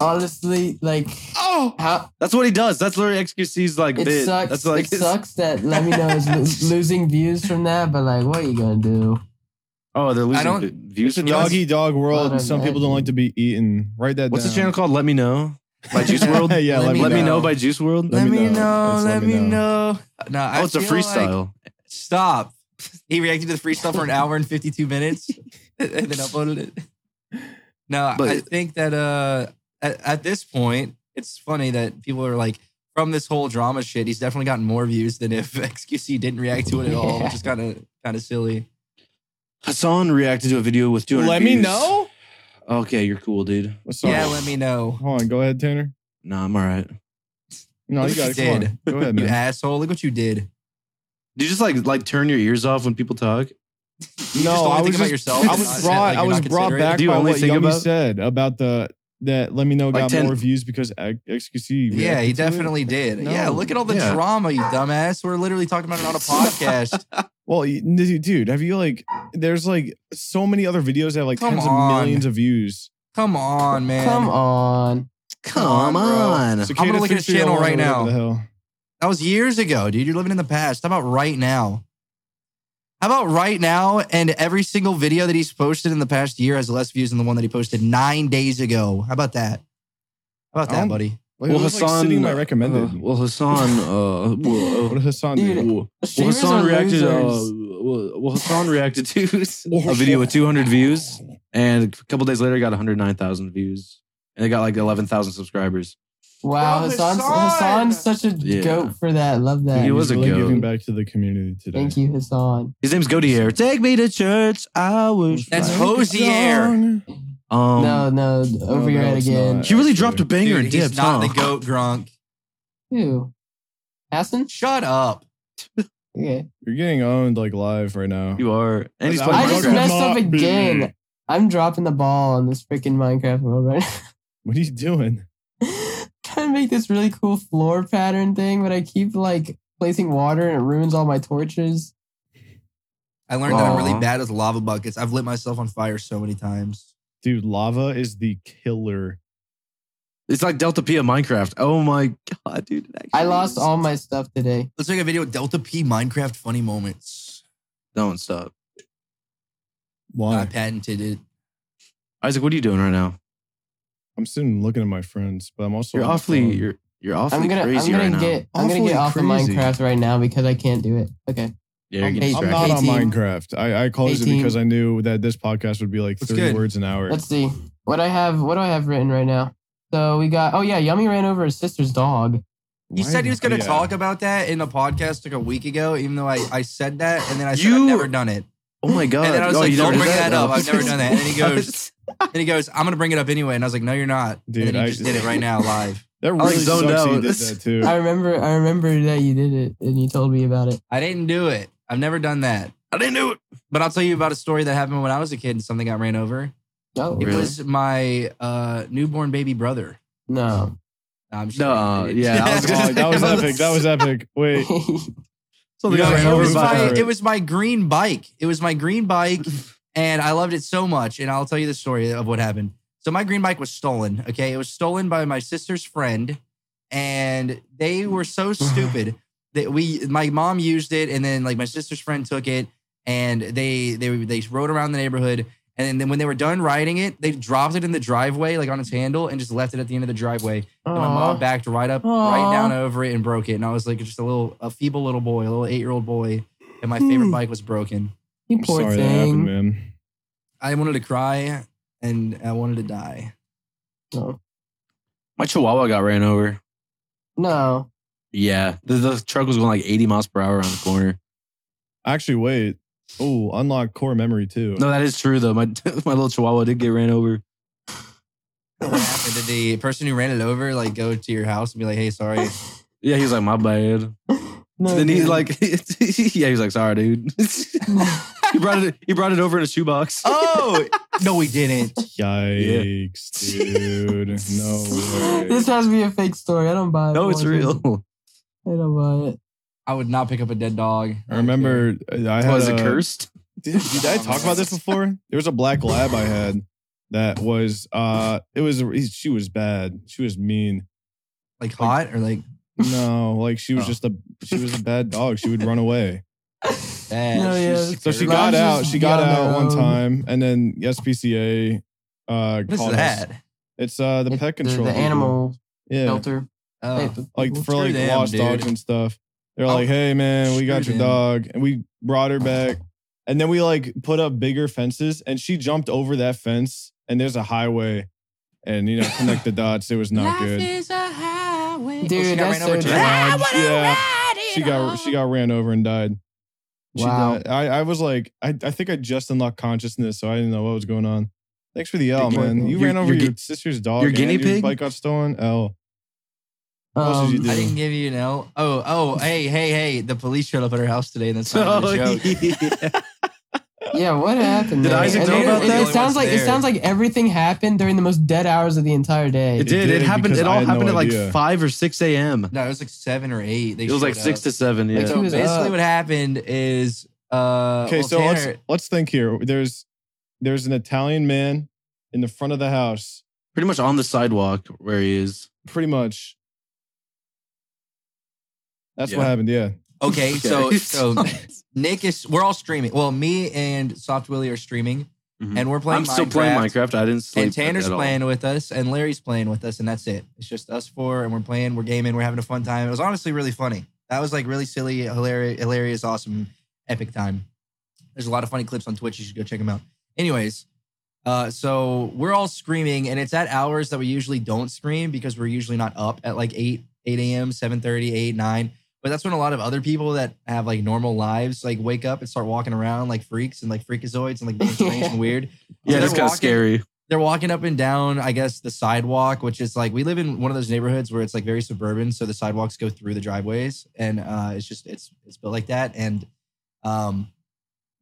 Speaker 1: honestly, like
Speaker 3: Oh!
Speaker 1: how
Speaker 2: That's what he does. That's literally XQC's like
Speaker 1: it
Speaker 2: bit.
Speaker 1: sucks.
Speaker 2: That's like
Speaker 1: it
Speaker 2: his-
Speaker 1: sucks that Let Me Know is lo- losing views from that. But like, what are you gonna do?
Speaker 2: Oh, they're losing
Speaker 3: don't-
Speaker 2: vi-
Speaker 4: It's
Speaker 2: views.
Speaker 4: a
Speaker 2: from us?
Speaker 4: doggy dog world,
Speaker 1: What
Speaker 4: and
Speaker 1: a
Speaker 4: some people don't like to be eaten. Write that
Speaker 2: What's
Speaker 4: down.
Speaker 2: the channel called? Let me know by Juice World.
Speaker 4: yeah,
Speaker 3: Let
Speaker 4: let,
Speaker 2: Let,
Speaker 4: me,
Speaker 2: me know.
Speaker 3: Know.
Speaker 2: by Juice World.
Speaker 3: Let, me know.
Speaker 4: It's
Speaker 3: Let, me know. No, I
Speaker 2: oh, it's a
Speaker 3: feel like-
Speaker 2: freestyle.
Speaker 3: stop. He reacted to the free stuff for an hour and 52 minutes and then uploaded it. No,
Speaker 2: But-
Speaker 3: I think that uh at, at this point, it's funny that people are like, from this whole drama shit, he's definitely gotten more views than if XQC didn't react to it at all, which is kind of kind of silly.
Speaker 2: Hassan reacted to a video with 200.
Speaker 4: Let me
Speaker 2: views.
Speaker 4: know. Oh,
Speaker 2: Okay, you're cool, dude.
Speaker 4: Sorry.
Speaker 3: Yeah, let me know.
Speaker 4: Hold on. Go ahead, Tanner.
Speaker 2: Nah, I'm all right.
Speaker 4: No, you got it. Come on. Go ahead,
Speaker 3: You
Speaker 4: man.
Speaker 3: asshole! Look what you did.
Speaker 2: Do you just like like turn your ears off when people talk?
Speaker 3: You just only think about yourself
Speaker 4: I
Speaker 3: and
Speaker 4: was
Speaker 3: not-
Speaker 4: brought.
Speaker 3: like,
Speaker 4: I
Speaker 3: you're
Speaker 4: was
Speaker 3: not
Speaker 4: brought
Speaker 3: considering.
Speaker 4: back
Speaker 2: Do you
Speaker 4: by
Speaker 2: only
Speaker 4: what
Speaker 2: think
Speaker 4: Yummy
Speaker 2: about-
Speaker 4: said about the that. Let me know
Speaker 2: Like
Speaker 4: got
Speaker 2: 10
Speaker 4: more views because e, X- XQC.
Speaker 3: Yeah, he
Speaker 4: reacted to it.
Speaker 3: definitely did.
Speaker 4: No.
Speaker 3: Yeah, look at all the
Speaker 2: Yeah.
Speaker 3: drama, you dumbass. We're literally talking about it on a podcast.
Speaker 4: Well, y- n- dude, have you like? There's like so many other videos that have like
Speaker 3: Come
Speaker 4: tens
Speaker 3: on.
Speaker 4: of millions of views.
Speaker 3: Come on, man.
Speaker 1: Come on.
Speaker 2: Come
Speaker 3: Come on,
Speaker 2: on.
Speaker 4: Cicada
Speaker 3: gonna look at his
Speaker 4: 3301
Speaker 3: channel right
Speaker 4: or whatever
Speaker 3: now.
Speaker 4: the hell.
Speaker 3: That was years ago, dude. You're living in the past. How about right now? How about right now? And every single video that he's posted in the past year has less views than the one that he posted nine days ago. How about that? How about
Speaker 4: I
Speaker 2: Oh.
Speaker 3: that,
Speaker 4: don't-
Speaker 3: buddy?
Speaker 4: Like, it was, like, sitting in my recommended.
Speaker 2: uh, well, Hassan. Uh,
Speaker 4: what
Speaker 2: well,
Speaker 4: did Hassan
Speaker 1: Dude,
Speaker 4: do?
Speaker 2: well, well,
Speaker 1: Streamers
Speaker 2: Hassan
Speaker 1: are
Speaker 2: reacted. Uh,
Speaker 1: losers.
Speaker 2: well, well, Hassan reacted to
Speaker 4: Oh,
Speaker 2: a video with 200 views, and a couple days later, it got 109,000 views, and it got like 11,000 subscribers.
Speaker 1: wow,
Speaker 3: Bro,
Speaker 1: Hassan's,
Speaker 3: Hassan!
Speaker 1: Hassan's such a
Speaker 2: Yeah.
Speaker 1: goat for that. Love that.
Speaker 2: He was
Speaker 4: He's
Speaker 2: a
Speaker 4: really
Speaker 2: goat.
Speaker 4: giving back to the community today.
Speaker 1: Thank you, Hassan.
Speaker 2: His name's Godier. Take me to church. I was.
Speaker 3: That's
Speaker 2: right.
Speaker 3: Hosier.
Speaker 2: Um,
Speaker 1: no, no, over
Speaker 4: no,
Speaker 1: your head
Speaker 4: it's
Speaker 1: again.
Speaker 4: not.
Speaker 2: He really
Speaker 4: Actually.
Speaker 2: dropped a banger and
Speaker 3: Dude, he's
Speaker 2: dipped.
Speaker 3: not
Speaker 2: huh?
Speaker 3: the goat drunk.
Speaker 1: Who? Hassan?
Speaker 3: Shut up.
Speaker 1: Okay.
Speaker 4: You're getting owned like live right now.
Speaker 2: Oh, You are. And he's
Speaker 4: I
Speaker 2: playing
Speaker 1: I just
Speaker 4: Minecraft.
Speaker 2: Minecraft.
Speaker 1: messed up
Speaker 4: Not be.
Speaker 1: again. I'm dropping the ball on this freaking Minecraft world right now.
Speaker 4: What are you doing?
Speaker 1: trying to make this really cool floor pattern thing, but I keep like placing water and it ruins all my torches.
Speaker 3: I learned that I'm
Speaker 2: Aw.
Speaker 3: really bad with lava buckets. I've lit myself on fire so many times.
Speaker 4: Dude, lava is the killer.
Speaker 2: It's like Delta P of Minecraft. Oh my god, dude. it actually
Speaker 1: I lost
Speaker 2: is.
Speaker 1: all my stuff today.
Speaker 3: Let's make a video Delta P Minecraft funny moments.
Speaker 2: Don't stop.
Speaker 4: Why?
Speaker 1: Ah,
Speaker 3: I patented it.
Speaker 2: Isaac, what are you doing right now?
Speaker 4: I'm sitting looking at my friends, but I'm also
Speaker 2: You're
Speaker 4: on my
Speaker 2: awfully.
Speaker 4: phone.
Speaker 2: You're you're awfully
Speaker 1: I'm gonna
Speaker 2: crazy
Speaker 1: I'm gonna
Speaker 2: right
Speaker 1: get
Speaker 2: now.
Speaker 1: I'm gonna
Speaker 4: Awfully
Speaker 1: get off
Speaker 4: crazy.
Speaker 1: of Minecraft right now because I can't do it. Okay.
Speaker 2: Yeah, you're
Speaker 1: I'm-
Speaker 2: getting
Speaker 1: I'm
Speaker 4: I'm
Speaker 2: distracted.
Speaker 4: not on
Speaker 1: 18.
Speaker 4: Minecraft. I, I closed it
Speaker 1: 18.
Speaker 4: because I knew that this podcast would be like
Speaker 3: That's
Speaker 4: 30
Speaker 3: good.
Speaker 4: words an hour.
Speaker 1: Let's see. What I have what do I have written right now? So we got oh yeah, Yummy ran over his sister's dog.
Speaker 3: He
Speaker 4: Why
Speaker 3: said
Speaker 4: the-
Speaker 3: he was going to
Speaker 4: yeah.
Speaker 3: talk about that in a podcast like a week ago, even though I, I said that and then I said
Speaker 2: You-
Speaker 3: I've never done it.
Speaker 2: Oh my god.
Speaker 3: And then I was
Speaker 2: oh,
Speaker 3: like,
Speaker 2: you
Speaker 3: don't
Speaker 2: never
Speaker 3: bring
Speaker 2: did
Speaker 3: that up. I've never done that. And then he goes-
Speaker 2: I
Speaker 3: And he goes, I'm going to bring it up anyway. And I was like, no, you're not.
Speaker 4: Dude,
Speaker 3: and then
Speaker 4: I
Speaker 3: he just
Speaker 4: just-
Speaker 3: did it right now live.
Speaker 4: That
Speaker 2: like,
Speaker 4: really
Speaker 2: zoned
Speaker 4: sucks
Speaker 2: out.
Speaker 4: you did that too.
Speaker 1: I remember I remember that you did it and you told me about it.
Speaker 3: I didn't do it. I've never done that.
Speaker 2: didn't do it.
Speaker 3: But I'll tell you about a story that happened when I was a kid and something got ran over.
Speaker 1: Oh,
Speaker 3: It
Speaker 2: Really?
Speaker 3: was my uh, newborn baby brother.
Speaker 1: no.
Speaker 3: I'm just
Speaker 2: No,
Speaker 3: kidding.
Speaker 2: yeah, I was
Speaker 4: Oh, that was epic. That was epic. Wait,
Speaker 2: Something
Speaker 4: You
Speaker 3: No,
Speaker 2: else
Speaker 4: got ran
Speaker 3: it,
Speaker 2: ran
Speaker 4: over
Speaker 3: was
Speaker 4: by
Speaker 3: my,
Speaker 4: a car.
Speaker 3: it was my green bike. It was my green bike, and I loved it so much. And I'll tell you the story of what happened. So my green bike was stolen. Okay, it was stolen by my sister's friend, and they were so stupid that we. My mom used it, and then like my sister's friend took it, and they they they rode around the neighborhood. And then when they were done riding it, they dropped it in the driveway, like on its handle, and just left it at the end of the driveway. And my mom
Speaker 1: Aw.
Speaker 3: backed right up, right
Speaker 1: Aw.
Speaker 3: down over it and broke it. And I was like just a little, a feeble little boy, a little eight year old boy. And my favorite
Speaker 1: Hmm.
Speaker 3: bike was broken.
Speaker 1: You
Speaker 4: I'm
Speaker 1: poor
Speaker 4: sorry that happened,
Speaker 1: thing.
Speaker 4: man.
Speaker 3: I wanted to cry and I wanted to die.
Speaker 1: No.
Speaker 2: My chihuahua got ran over.
Speaker 1: no.
Speaker 2: Yeah. The, the truck was going like 80 miles per hour around the corner.
Speaker 4: Actually, wait. Oh, unlock core memory too.
Speaker 2: No, that is true though. My my little chihuahua did get ran over.
Speaker 3: What happened? Did the person who ran it over like go to your house and be like, hey, sorry?
Speaker 2: Yeah, he was like, my bad.
Speaker 1: No,
Speaker 2: then he
Speaker 1: dude.
Speaker 2: like, yeah, he was like, sorry, dude. he brought it. He brought it over in a shoebox.
Speaker 3: oh, no, we didn't.
Speaker 4: Yikes, dude. No way.
Speaker 1: this has to be a fake story. I don't buy it.
Speaker 2: no, it's
Speaker 1: Honestly.
Speaker 2: real.
Speaker 1: I don't buy it.
Speaker 3: I would not pick up a dead dog.
Speaker 4: I remember I had
Speaker 2: Was it
Speaker 4: a-
Speaker 2: cursed?
Speaker 4: Did, did I talk about this before? There was a black lab I had that was uh it was she was bad. She was mean.
Speaker 3: Like hot or like
Speaker 4: No, like she was
Speaker 3: Oh.
Speaker 4: just a she was a bad dog. She would run away.
Speaker 3: bad.
Speaker 1: No, yeah.
Speaker 3: She's
Speaker 4: Oh, So she
Speaker 3: scary.
Speaker 4: got
Speaker 1: Labs
Speaker 4: out.
Speaker 1: just
Speaker 4: She got
Speaker 1: be on
Speaker 4: out
Speaker 1: their
Speaker 4: one
Speaker 1: own.
Speaker 4: time and then the SPCA uh
Speaker 3: What
Speaker 4: called
Speaker 3: is
Speaker 4: us.
Speaker 3: that?
Speaker 4: It's uh the
Speaker 1: It-
Speaker 4: pet control.
Speaker 1: The,
Speaker 4: people.
Speaker 1: animal
Speaker 4: Yeah.
Speaker 1: shelter.
Speaker 3: Oh.
Speaker 1: Hey,
Speaker 4: Like
Speaker 1: people.
Speaker 4: for
Speaker 3: Screw
Speaker 4: like
Speaker 3: them,
Speaker 4: lost
Speaker 3: dude.
Speaker 4: dogs and stuff. They're
Speaker 3: Oh,
Speaker 4: like, "Hey man, we got
Speaker 3: screw
Speaker 4: your
Speaker 3: them.
Speaker 4: dog." And we brought her back. And then we like put up bigger fences and she jumped over that fence and there's a highway and you know, connect the dots. It was not good.
Speaker 3: is a highway.
Speaker 1: Dude,
Speaker 3: she got
Speaker 1: that's
Speaker 3: ran over
Speaker 1: so
Speaker 3: too.
Speaker 1: tragic.
Speaker 4: Yeah. She got she got ran over and died. She
Speaker 1: Wow.
Speaker 4: died. I, I was like, I, I think I just unlocked consciousness, so I didn't know what was going on. Thanks for the L,
Speaker 1: Your-
Speaker 4: man. You
Speaker 2: your-
Speaker 4: ran over
Speaker 2: your
Speaker 4: your,
Speaker 2: gui-
Speaker 4: sister's dog.
Speaker 2: your
Speaker 4: and
Speaker 2: guinea pig?
Speaker 4: bike got stolen. L. What else did you
Speaker 1: Um,
Speaker 4: do?
Speaker 3: I didn't give you an L. Oh, oh, hey, hey, hey. The police showed up at her house today and that's not even a joke.
Speaker 2: Oh, yeah.
Speaker 1: yeah, what happened?
Speaker 2: Did
Speaker 1: there?
Speaker 2: Isaac
Speaker 1: And
Speaker 2: know
Speaker 1: it-
Speaker 2: about
Speaker 1: it-
Speaker 2: that?
Speaker 1: It sounds like it sounds like everything happened during the most dead hours of the entire day.
Speaker 2: It did. It
Speaker 4: did,
Speaker 2: happened.
Speaker 4: because
Speaker 2: It
Speaker 4: I
Speaker 2: all
Speaker 4: had no
Speaker 2: happened at like
Speaker 4: idea.
Speaker 2: five or six a.m.
Speaker 3: No, it was like seven or eight. They
Speaker 2: It was like
Speaker 3: showed
Speaker 2: six
Speaker 3: up.
Speaker 2: to seven.
Speaker 1: Like,
Speaker 2: Yeah.
Speaker 1: he
Speaker 3: So
Speaker 1: was
Speaker 3: basically
Speaker 1: up.
Speaker 3: what happened is uh
Speaker 4: Okay,
Speaker 3: well,
Speaker 4: so
Speaker 3: Tanner-
Speaker 4: let's let's think here. There's there's an Italian man in the front of the house,
Speaker 2: Pretty much on the sidewalk where he is.
Speaker 4: pretty much. That's what
Speaker 2: Yeah.
Speaker 4: happened. Yeah.
Speaker 3: okay, so so Nick is we're all streaming. Well, me and Soft Willie are streaming
Speaker 2: Mhm.
Speaker 3: and we're playing
Speaker 2: I'm still playing Minecraft. I didn't sleep.
Speaker 3: And Tanner's
Speaker 2: at all.
Speaker 3: playing with us, and Larry's playing with us, and that's it. It's just us four, and we're playing, we're gaming, we're having a fun time. It was honestly really funny. That was like really silly, hilarious, hilarious, awesome, epic time. There's a lot of funny clips on Twitch. You should go check them out. Anyways, uh, so we're all screaming, and it's at hours that we usually don't scream because we're usually not up at like 8, 8 a.m., 7 8, 9. But that's when a lot of other people that have like normal lives like wake up and start walking around like freaks and like freakazoids and like being strange and weird.
Speaker 2: Yeah, that's
Speaker 3: So they're
Speaker 2: kind of
Speaker 3: walking-
Speaker 2: scary.
Speaker 3: they're walking up and down, I guess, the sidewalk, which is like we live in one of those neighborhoods where it's like very suburban, so the sidewalks go through the driveways, and uh, it's just it's it's built like that, and um,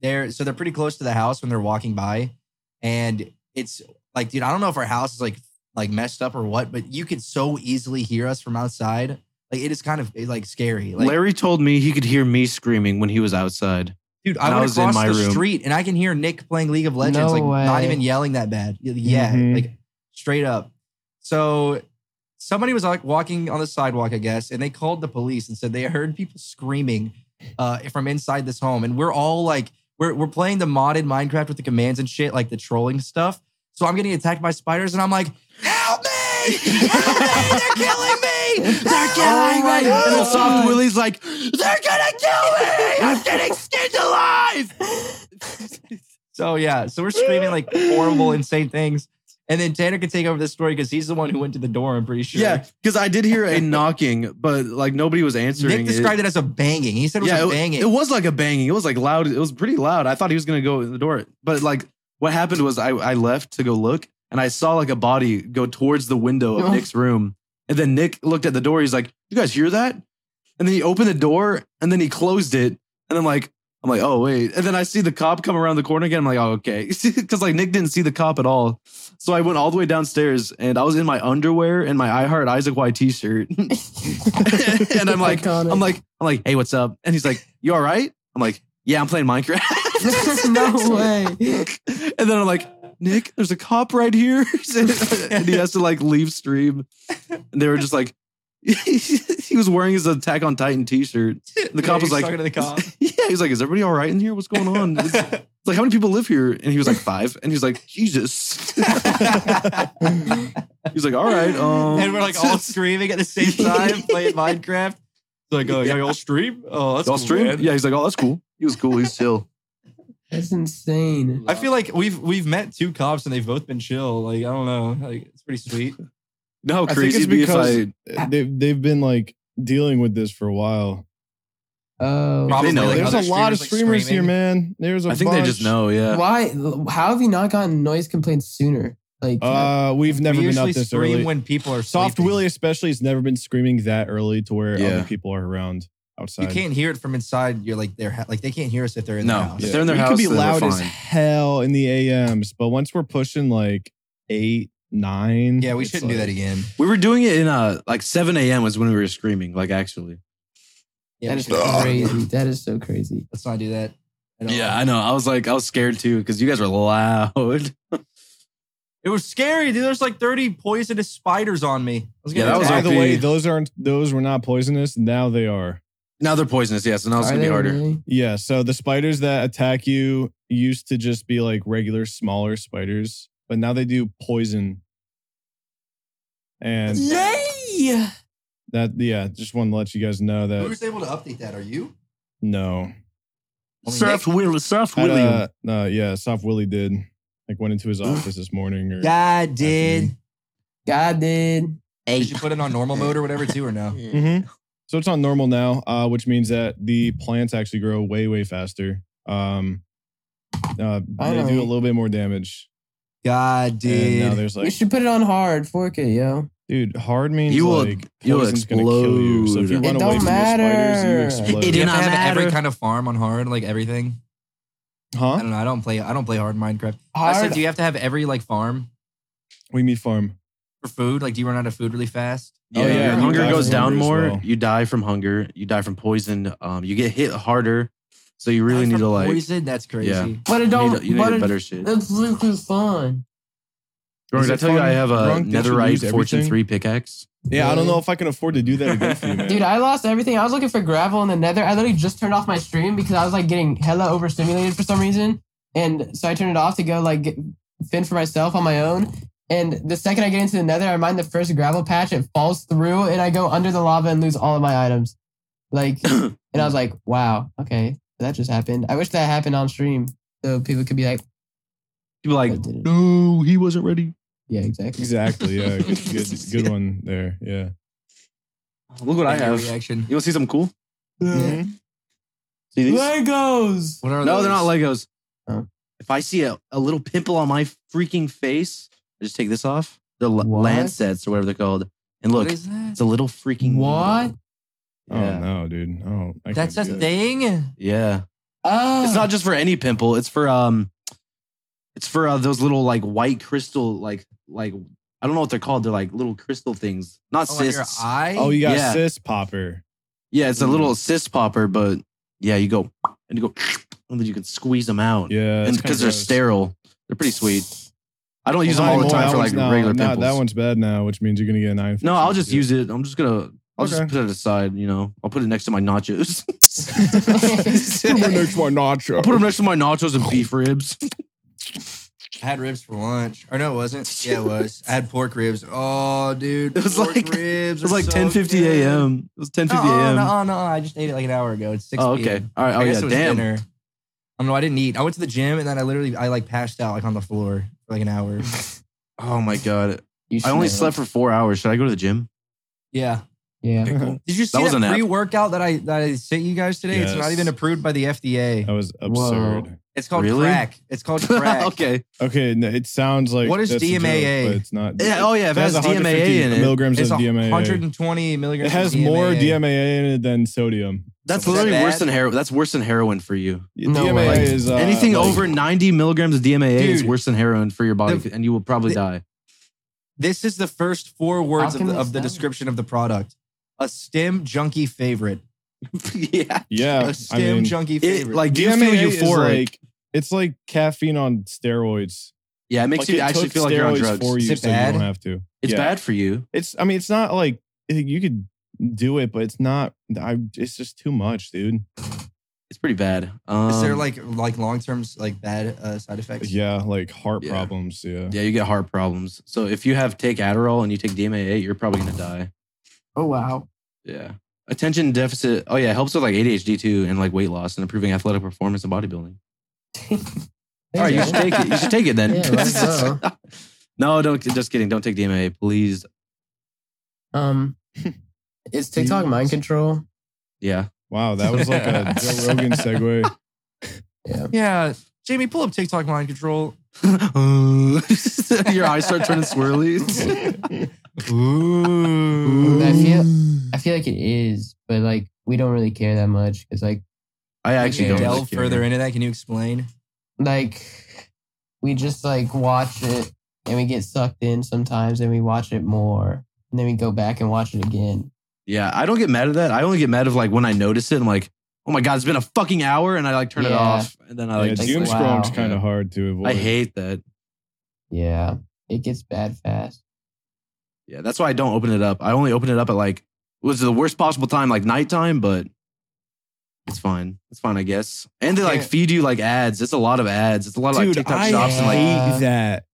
Speaker 3: they're so they're pretty close to the house when they're walking by, and it's like, dude, I don't know if our house is like like messed up or what, but you could so easily hear us from outside. Like it is kind of like scary. Like,
Speaker 2: Larry told me he could hear me screaming when he was outside.
Speaker 3: dude,
Speaker 2: and
Speaker 3: I
Speaker 2: I
Speaker 3: went
Speaker 2: was in
Speaker 3: across
Speaker 2: my
Speaker 3: the
Speaker 2: room.
Speaker 3: street and I can hear Nick playing League of Legends.
Speaker 1: No
Speaker 3: like not
Speaker 1: way. Mm-hmm.
Speaker 3: even yelling that bad. Yeah,
Speaker 4: Mhm.
Speaker 3: like straight up. So somebody was like walking on the sidewalk, I guess, and they called the police and said they heard people screaming uh, from inside this home, and we're all like, we're we're playing the modded Minecraft with the commands and shit, like the trolling stuff. So I'm getting attacked by spiders, and I'm like, "Help me! Help me! They're killing me! They're
Speaker 1: Oh
Speaker 3: killing
Speaker 1: my
Speaker 3: me!"
Speaker 1: God.
Speaker 2: And then
Speaker 3: And
Speaker 2: Oh
Speaker 3: so-
Speaker 2: Soft Willie's like, "They're gonna kill me! I'm getting skinned alive!"
Speaker 3: So yeah, so we're screaming like horrible, insane things, and then Tanner can take over this story because he's the one who went to the door. I'm pretty sure.
Speaker 2: Yeah, because I did hear a knocking, but like nobody was answering.
Speaker 3: Nick described it. as a banging. He said it was a banging.
Speaker 2: It was like a banging. It was like loud. It was pretty loud. I thought he was gonna go in the door, but like what happened was I, I left to go look, and I saw like a body go towards the window of
Speaker 1: Oh.
Speaker 2: Nick's room, and then Nick looked at the door. He's like, "You guys hear that?" And then he opened the door, and then he closed it, and I'm like, I'm like, oh wait, and then I see the cop come around the corner again. I'm like, oh okay, because like Nick didn't see the cop at all. So I went all the way downstairs, and I was in my underwear and my I Heart Isaac Y T-shirt, and I'm like,
Speaker 1: Iconic.
Speaker 2: I'm like, I'm like, hey, what's up? And he's like, you all right? I'm like, yeah, I'm playing Minecraft.
Speaker 1: no way.
Speaker 2: and then I'm like, Nick, there's a cop right here. and he has to like leave stream. And they were just like, he was wearing his Attack on Titan t shirt. The cop was
Speaker 3: he's
Speaker 2: like-
Speaker 3: talking to the cop.
Speaker 2: Yeah, he's like, is everybody all right in here? What's going on? It's it's like, how many people live here? And he was like, five. And he's like, Jesus. he's like, all right. Um,
Speaker 3: and we're like "Oh, all screaming at the same time, playing Minecraft. It's like, uh, yeah, y'all stream? Oh, that's
Speaker 2: y'all
Speaker 3: cool,
Speaker 2: stream?
Speaker 3: man.
Speaker 2: Yeah, he's like, oh, that's cool. He was cool. He's chill.
Speaker 1: That's insane.
Speaker 3: I feel like we've we've met two cops and they've both been chill. Like I don't know, like it's pretty sweet.
Speaker 2: No, how
Speaker 4: I think
Speaker 2: crazy
Speaker 4: it's
Speaker 2: it'd be if
Speaker 4: because-
Speaker 2: I.
Speaker 3: Ah.
Speaker 4: They've they've been like dealing with this for a while.
Speaker 1: Oh,
Speaker 3: Probably,
Speaker 2: know, like,
Speaker 4: There's
Speaker 3: other
Speaker 4: a lot
Speaker 3: streamers,
Speaker 4: of
Speaker 3: like,
Speaker 4: streamers here,
Speaker 3: screaming.
Speaker 4: man. There's a
Speaker 2: I think they just
Speaker 4: bunch.
Speaker 2: know. Yeah.
Speaker 1: why? How have you not gotten noise complaints sooner? Like,
Speaker 4: Uh, we've never
Speaker 3: we
Speaker 4: been up
Speaker 3: usually
Speaker 4: this
Speaker 3: scream
Speaker 4: early.
Speaker 3: when people are
Speaker 4: Soft
Speaker 3: sleeping.
Speaker 4: Willie, especially, has never been screaming that early to where
Speaker 2: Yeah.
Speaker 4: other people are around outside.
Speaker 3: You can't hear it from inside. You're like they're ha- like they can't hear us if they're in
Speaker 2: No.
Speaker 3: the house.
Speaker 2: If they're in their
Speaker 4: we
Speaker 2: house,
Speaker 4: could be
Speaker 2: then we're
Speaker 4: loud as
Speaker 2: fine.
Speaker 4: hell in the AMs, but once we're pushing like eight, nine,
Speaker 3: Yeah, we
Speaker 4: it's
Speaker 3: shouldn't do
Speaker 4: like-
Speaker 3: that again.
Speaker 2: We were doing it in uh like 7 a.m. was when we were screaming, like actually.
Speaker 3: Yeah,
Speaker 1: that
Speaker 3: we
Speaker 1: is
Speaker 3: shouldn't do that again.
Speaker 1: crazy. That is so crazy.
Speaker 3: Let's not do that. at all.
Speaker 2: Yeah, I know. I was like, I was scared too, because you guys were loud.
Speaker 3: it was scary. dude. There's like 30 poisonous spiders on me. I was
Speaker 2: Yeah,
Speaker 3: getting
Speaker 2: that was
Speaker 4: By
Speaker 3: attacked.
Speaker 4: the
Speaker 2: OP.
Speaker 4: way, those aren't those were not poisonous. Now they are.
Speaker 2: Now they're poisonous, yeah. So now it's
Speaker 1: Are
Speaker 2: gonna be
Speaker 1: they
Speaker 2: harder.
Speaker 1: really?
Speaker 4: Yeah. So the spiders that attack you used to just be like regular smaller spiders, but now they do poison. And
Speaker 1: Yay!
Speaker 4: that yeah, just wanted to let you guys know that
Speaker 3: Who's able to update that? Are you?
Speaker 4: no.
Speaker 3: Only Nick?
Speaker 2: Willie, soft
Speaker 4: Had, uh, no, yeah, Soft Willie did. Like went into his office this morning or
Speaker 3: God did.
Speaker 4: Afternoon.
Speaker 1: God did.
Speaker 2: Oh,
Speaker 3: Did you put it on normal mode or whatever too, or no?
Speaker 1: Mm-hmm.
Speaker 4: Mhm. So it's on normal now, uh, which means that the plants actually grow way, way faster. Um, uh, they do
Speaker 1: Finally.
Speaker 4: a little bit more damage.
Speaker 3: God
Speaker 4: And now
Speaker 3: did.
Speaker 4: there's
Speaker 1: we
Speaker 4: like,
Speaker 1: should put it on hard 4K, yo.
Speaker 4: dude, hard means
Speaker 2: You will-
Speaker 4: like
Speaker 2: you'll
Speaker 4: poison's gonna kill you. So if you
Speaker 2: explode.
Speaker 4: run
Speaker 1: It
Speaker 4: away
Speaker 1: don't
Speaker 4: from the spiders,
Speaker 1: matter.
Speaker 4: you explode.
Speaker 2: It
Speaker 3: Do
Speaker 2: did
Speaker 3: you have
Speaker 2: not
Speaker 3: to have every
Speaker 2: matter.
Speaker 3: kind of farm on hard, like everything? I
Speaker 4: huh?
Speaker 3: don't know. I don't play. I don't play hard Minecraft. I
Speaker 1: Hard.
Speaker 3: said, do you have to have every like farm
Speaker 4: We meet farm.
Speaker 3: for food? Like, do you run out of food really fast?
Speaker 2: Yeah,
Speaker 4: Oh, yeah,
Speaker 2: your
Speaker 4: you
Speaker 2: hunger
Speaker 4: die
Speaker 2: goes
Speaker 4: from
Speaker 2: down
Speaker 4: hunger as
Speaker 2: more.
Speaker 4: well.
Speaker 2: You die from hunger. You die from poison. Um, you get hit harder. So you really
Speaker 3: Die
Speaker 2: need
Speaker 3: from
Speaker 2: to like you
Speaker 3: poison. That's crazy.
Speaker 2: Yeah.
Speaker 1: but it
Speaker 2: need-
Speaker 1: don't.
Speaker 2: you need,
Speaker 1: but it,
Speaker 2: better shit.
Speaker 1: That's literally fun.
Speaker 2: Did I
Speaker 4: it
Speaker 2: tell you
Speaker 4: fun,
Speaker 2: I have a
Speaker 4: Drunk, that you use
Speaker 2: netherite fortune
Speaker 4: everything?
Speaker 2: three pickaxe?
Speaker 4: Yeah, I don't know if I can afford to do that again for you, man.
Speaker 1: Dude, I lost everything. I was looking for gravel in the nether. I literally just turned off my stream because I was like getting hella overstimulated for some reason. And so I turned it off to go like get, fend for myself on my own. And the second I get into the nether, I mine the first gravel patch, it falls through and I go under the lava and lose all of my items. Like, and I was like, wow, okay, that just happened. I wish that happened on stream so people could be like,
Speaker 2: People are
Speaker 1: I
Speaker 2: like,
Speaker 1: did it.
Speaker 2: no, he wasn't ready.
Speaker 1: Yeah, exactly.
Speaker 4: exactly. Yeah, good, good, good one there. Yeah.
Speaker 2: Look what I
Speaker 3: Like, your
Speaker 2: have. You
Speaker 3: reaction.
Speaker 2: wanna see something cool?
Speaker 1: Yeah.
Speaker 2: See these?
Speaker 1: Legos!
Speaker 3: What are
Speaker 2: No, they're not Legos.
Speaker 3: those?
Speaker 1: Oh.
Speaker 2: If I see a, a little pimple on my freaking face, I just take this off. The l-
Speaker 1: What?
Speaker 2: Lancets or whatever they're called. And look,
Speaker 3: What is that?
Speaker 2: it's a little freaking
Speaker 1: What?
Speaker 2: needle.
Speaker 4: Oh
Speaker 2: Yeah.
Speaker 4: no, dude. Oh, I
Speaker 3: That's a
Speaker 4: can't do that.
Speaker 3: thing.
Speaker 2: Yeah.
Speaker 1: Oh,
Speaker 2: It's not just for any pimple. It's for um it's for uh, those little like white crystal like like I don't know what they're called. They're like little crystal things. Not
Speaker 3: Oh, on your
Speaker 2: cysts.
Speaker 3: eye.
Speaker 4: Oh, you got
Speaker 2: Yeah.
Speaker 4: cis popper.
Speaker 2: yeah, it's a
Speaker 4: Mm.
Speaker 2: little cyst popper, but yeah, you go and you go and then you can squeeze them out.
Speaker 4: Yeah,
Speaker 2: and
Speaker 4: it's kinda
Speaker 2: because they're
Speaker 4: gross.
Speaker 2: sterile. They're pretty sweet. I don't use them
Speaker 4: Well,
Speaker 2: all the
Speaker 4: well,
Speaker 2: time
Speaker 4: that
Speaker 2: for
Speaker 4: one's
Speaker 2: like
Speaker 4: not-
Speaker 2: regular
Speaker 4: not-
Speaker 2: pimples.
Speaker 4: That one's bad now, which means you're gonna get an eye.
Speaker 2: No, I'll just use it. I'm just gonna. I'll just
Speaker 4: Okay.
Speaker 2: put it aside. You know, I'll put it next to my nachos.
Speaker 4: next one, nacho.
Speaker 2: I'll put it next to my nachos and beef ribs.
Speaker 3: I had ribs for lunch. Or no, it wasn't. Yeah, it was. I had pork ribs. Oh, dude.
Speaker 2: It was
Speaker 3: pork
Speaker 2: like-
Speaker 3: ribs.
Speaker 2: It was like 10:50 a.m. It was 10:50 a.m.
Speaker 3: No, no, I just ate it like an hour ago. It's 6
Speaker 2: oh, okay.
Speaker 3: p.m.
Speaker 2: All right. Oh
Speaker 3: I guess
Speaker 2: yeah.
Speaker 3: it was
Speaker 2: Damn.
Speaker 3: Dinner. Um, no, I didn't eat. I went to the gym and then I literally I like passed out like on the floor for like an hour.
Speaker 2: Oh my god. I only slept for four hours. Should I go to the gym?
Speaker 3: yeah.
Speaker 1: Yeah.
Speaker 2: Okay, cool.
Speaker 3: Did you see
Speaker 2: was
Speaker 3: that,
Speaker 2: an app.
Speaker 3: pre-workout that I that I sent you guys today? It's not
Speaker 4: Yes.
Speaker 3: even approved by the FDA.
Speaker 4: That was
Speaker 1: Whoa.
Speaker 4: absurd.
Speaker 3: It's called
Speaker 2: Really?
Speaker 3: crack. It's called crack.
Speaker 2: okay.
Speaker 4: Okay, no, it sounds like
Speaker 3: What is
Speaker 4: that's a joke,
Speaker 3: DMAA?
Speaker 4: but it's not.
Speaker 2: Yeah, oh yeah, if it
Speaker 4: It
Speaker 2: has DMAA
Speaker 4: 150
Speaker 2: in it.
Speaker 4: milligrams
Speaker 3: It's
Speaker 4: of DMAA.
Speaker 3: 120 milligrams.
Speaker 4: It has
Speaker 3: of
Speaker 4: more
Speaker 3: DMAA.
Speaker 4: DMAA in it than sodium.
Speaker 2: That's
Speaker 3: Is that
Speaker 2: literally
Speaker 3: bad?
Speaker 2: worse than heroin. That's worse than heroin for you.
Speaker 1: No
Speaker 4: DMAA
Speaker 1: way.
Speaker 4: is uh,
Speaker 2: Anything
Speaker 4: like-
Speaker 2: over 90 milligrams of DMAA is
Speaker 3: Dude.
Speaker 2: worse than heroin for your body,
Speaker 3: The-
Speaker 2: and you will probably
Speaker 3: the-
Speaker 2: die.
Speaker 3: This is the first four words of
Speaker 1: can
Speaker 3: the,
Speaker 1: they
Speaker 3: of the
Speaker 1: sell?
Speaker 3: description of the product. A stem junkie favorite.
Speaker 2: yeah.
Speaker 4: Yeah,
Speaker 3: A stem
Speaker 4: I mean,
Speaker 3: junkie
Speaker 2: It,
Speaker 3: favorite.
Speaker 2: like, do you
Speaker 4: DMAA
Speaker 2: feel
Speaker 4: is
Speaker 2: euphoric?
Speaker 4: like it's like caffeine on steroids.
Speaker 2: yeah, it makes
Speaker 4: Like,
Speaker 2: you
Speaker 4: it
Speaker 2: actually
Speaker 4: took
Speaker 2: feel like you're on
Speaker 4: steroids
Speaker 2: drugs.
Speaker 4: for
Speaker 3: Is
Speaker 4: you,
Speaker 3: it
Speaker 4: so you
Speaker 3: bad?
Speaker 4: don't have to.
Speaker 2: It's
Speaker 4: Yeah.
Speaker 2: bad for you.
Speaker 4: It's. I mean, it's not like you could do it, but it's not. I. It's just too much, dude.
Speaker 2: It's pretty bad. Um,
Speaker 3: is there like like long term like bad uh, side effects?
Speaker 4: Yeah, like heart
Speaker 2: Yeah.
Speaker 4: problems. Yeah.
Speaker 2: Yeah, you get heart problems. So if you have take Adderall and you take DMAA, you're probably gonna die.
Speaker 1: Oh wow.
Speaker 2: Yeah. Attention deficit. Oh yeah, it helps with like ADHD too, and like weight loss and improving athletic performance and bodybuilding. All right, you should take it. You should take it then.
Speaker 1: Yeah, let's go.
Speaker 2: no, don't. Just kidding. Don't take DMAA, please.
Speaker 1: Um, is TikTok mind control?
Speaker 2: Yeah.
Speaker 4: Wow, that was like a Joe Rogan segue.
Speaker 3: Yeah. Jamie, pull up TikTok mind control.
Speaker 2: Your eyes start turning swirly.
Speaker 1: I feel I feel like it is, but like we don't really care that much because like
Speaker 2: I actually
Speaker 3: Can
Speaker 2: don't.
Speaker 3: you
Speaker 2: really
Speaker 3: delve
Speaker 2: care.
Speaker 3: further into that. Can you explain?
Speaker 1: like we just like watch it and we get sucked in sometimes and we watch it more and then we go back and watch it again.
Speaker 2: Yeah, I don't get mad at that. I only get mad of like when I notice it. I'm like, oh my god, it's been a fucking hour, and I like turn it
Speaker 1: Yeah.
Speaker 2: off, and then I like.
Speaker 4: yeah,
Speaker 2: just,
Speaker 1: Zoom
Speaker 4: doom
Speaker 2: like-
Speaker 1: scroll.
Speaker 4: scrolling's kind of hard to avoid.
Speaker 2: I hate that.
Speaker 1: Yeah, it gets bad fast.
Speaker 2: Yeah, that's why I don't open it up. I only open it up at like it was the worst possible time, like nighttime, but it's fine. It's fine, I guess. And they like
Speaker 3: Yeah.
Speaker 2: feed you like ads. It's a lot of ads. It's a lot of like
Speaker 4: Dude,
Speaker 2: TikTok
Speaker 4: I
Speaker 2: shops and like
Speaker 1: hate-
Speaker 4: that.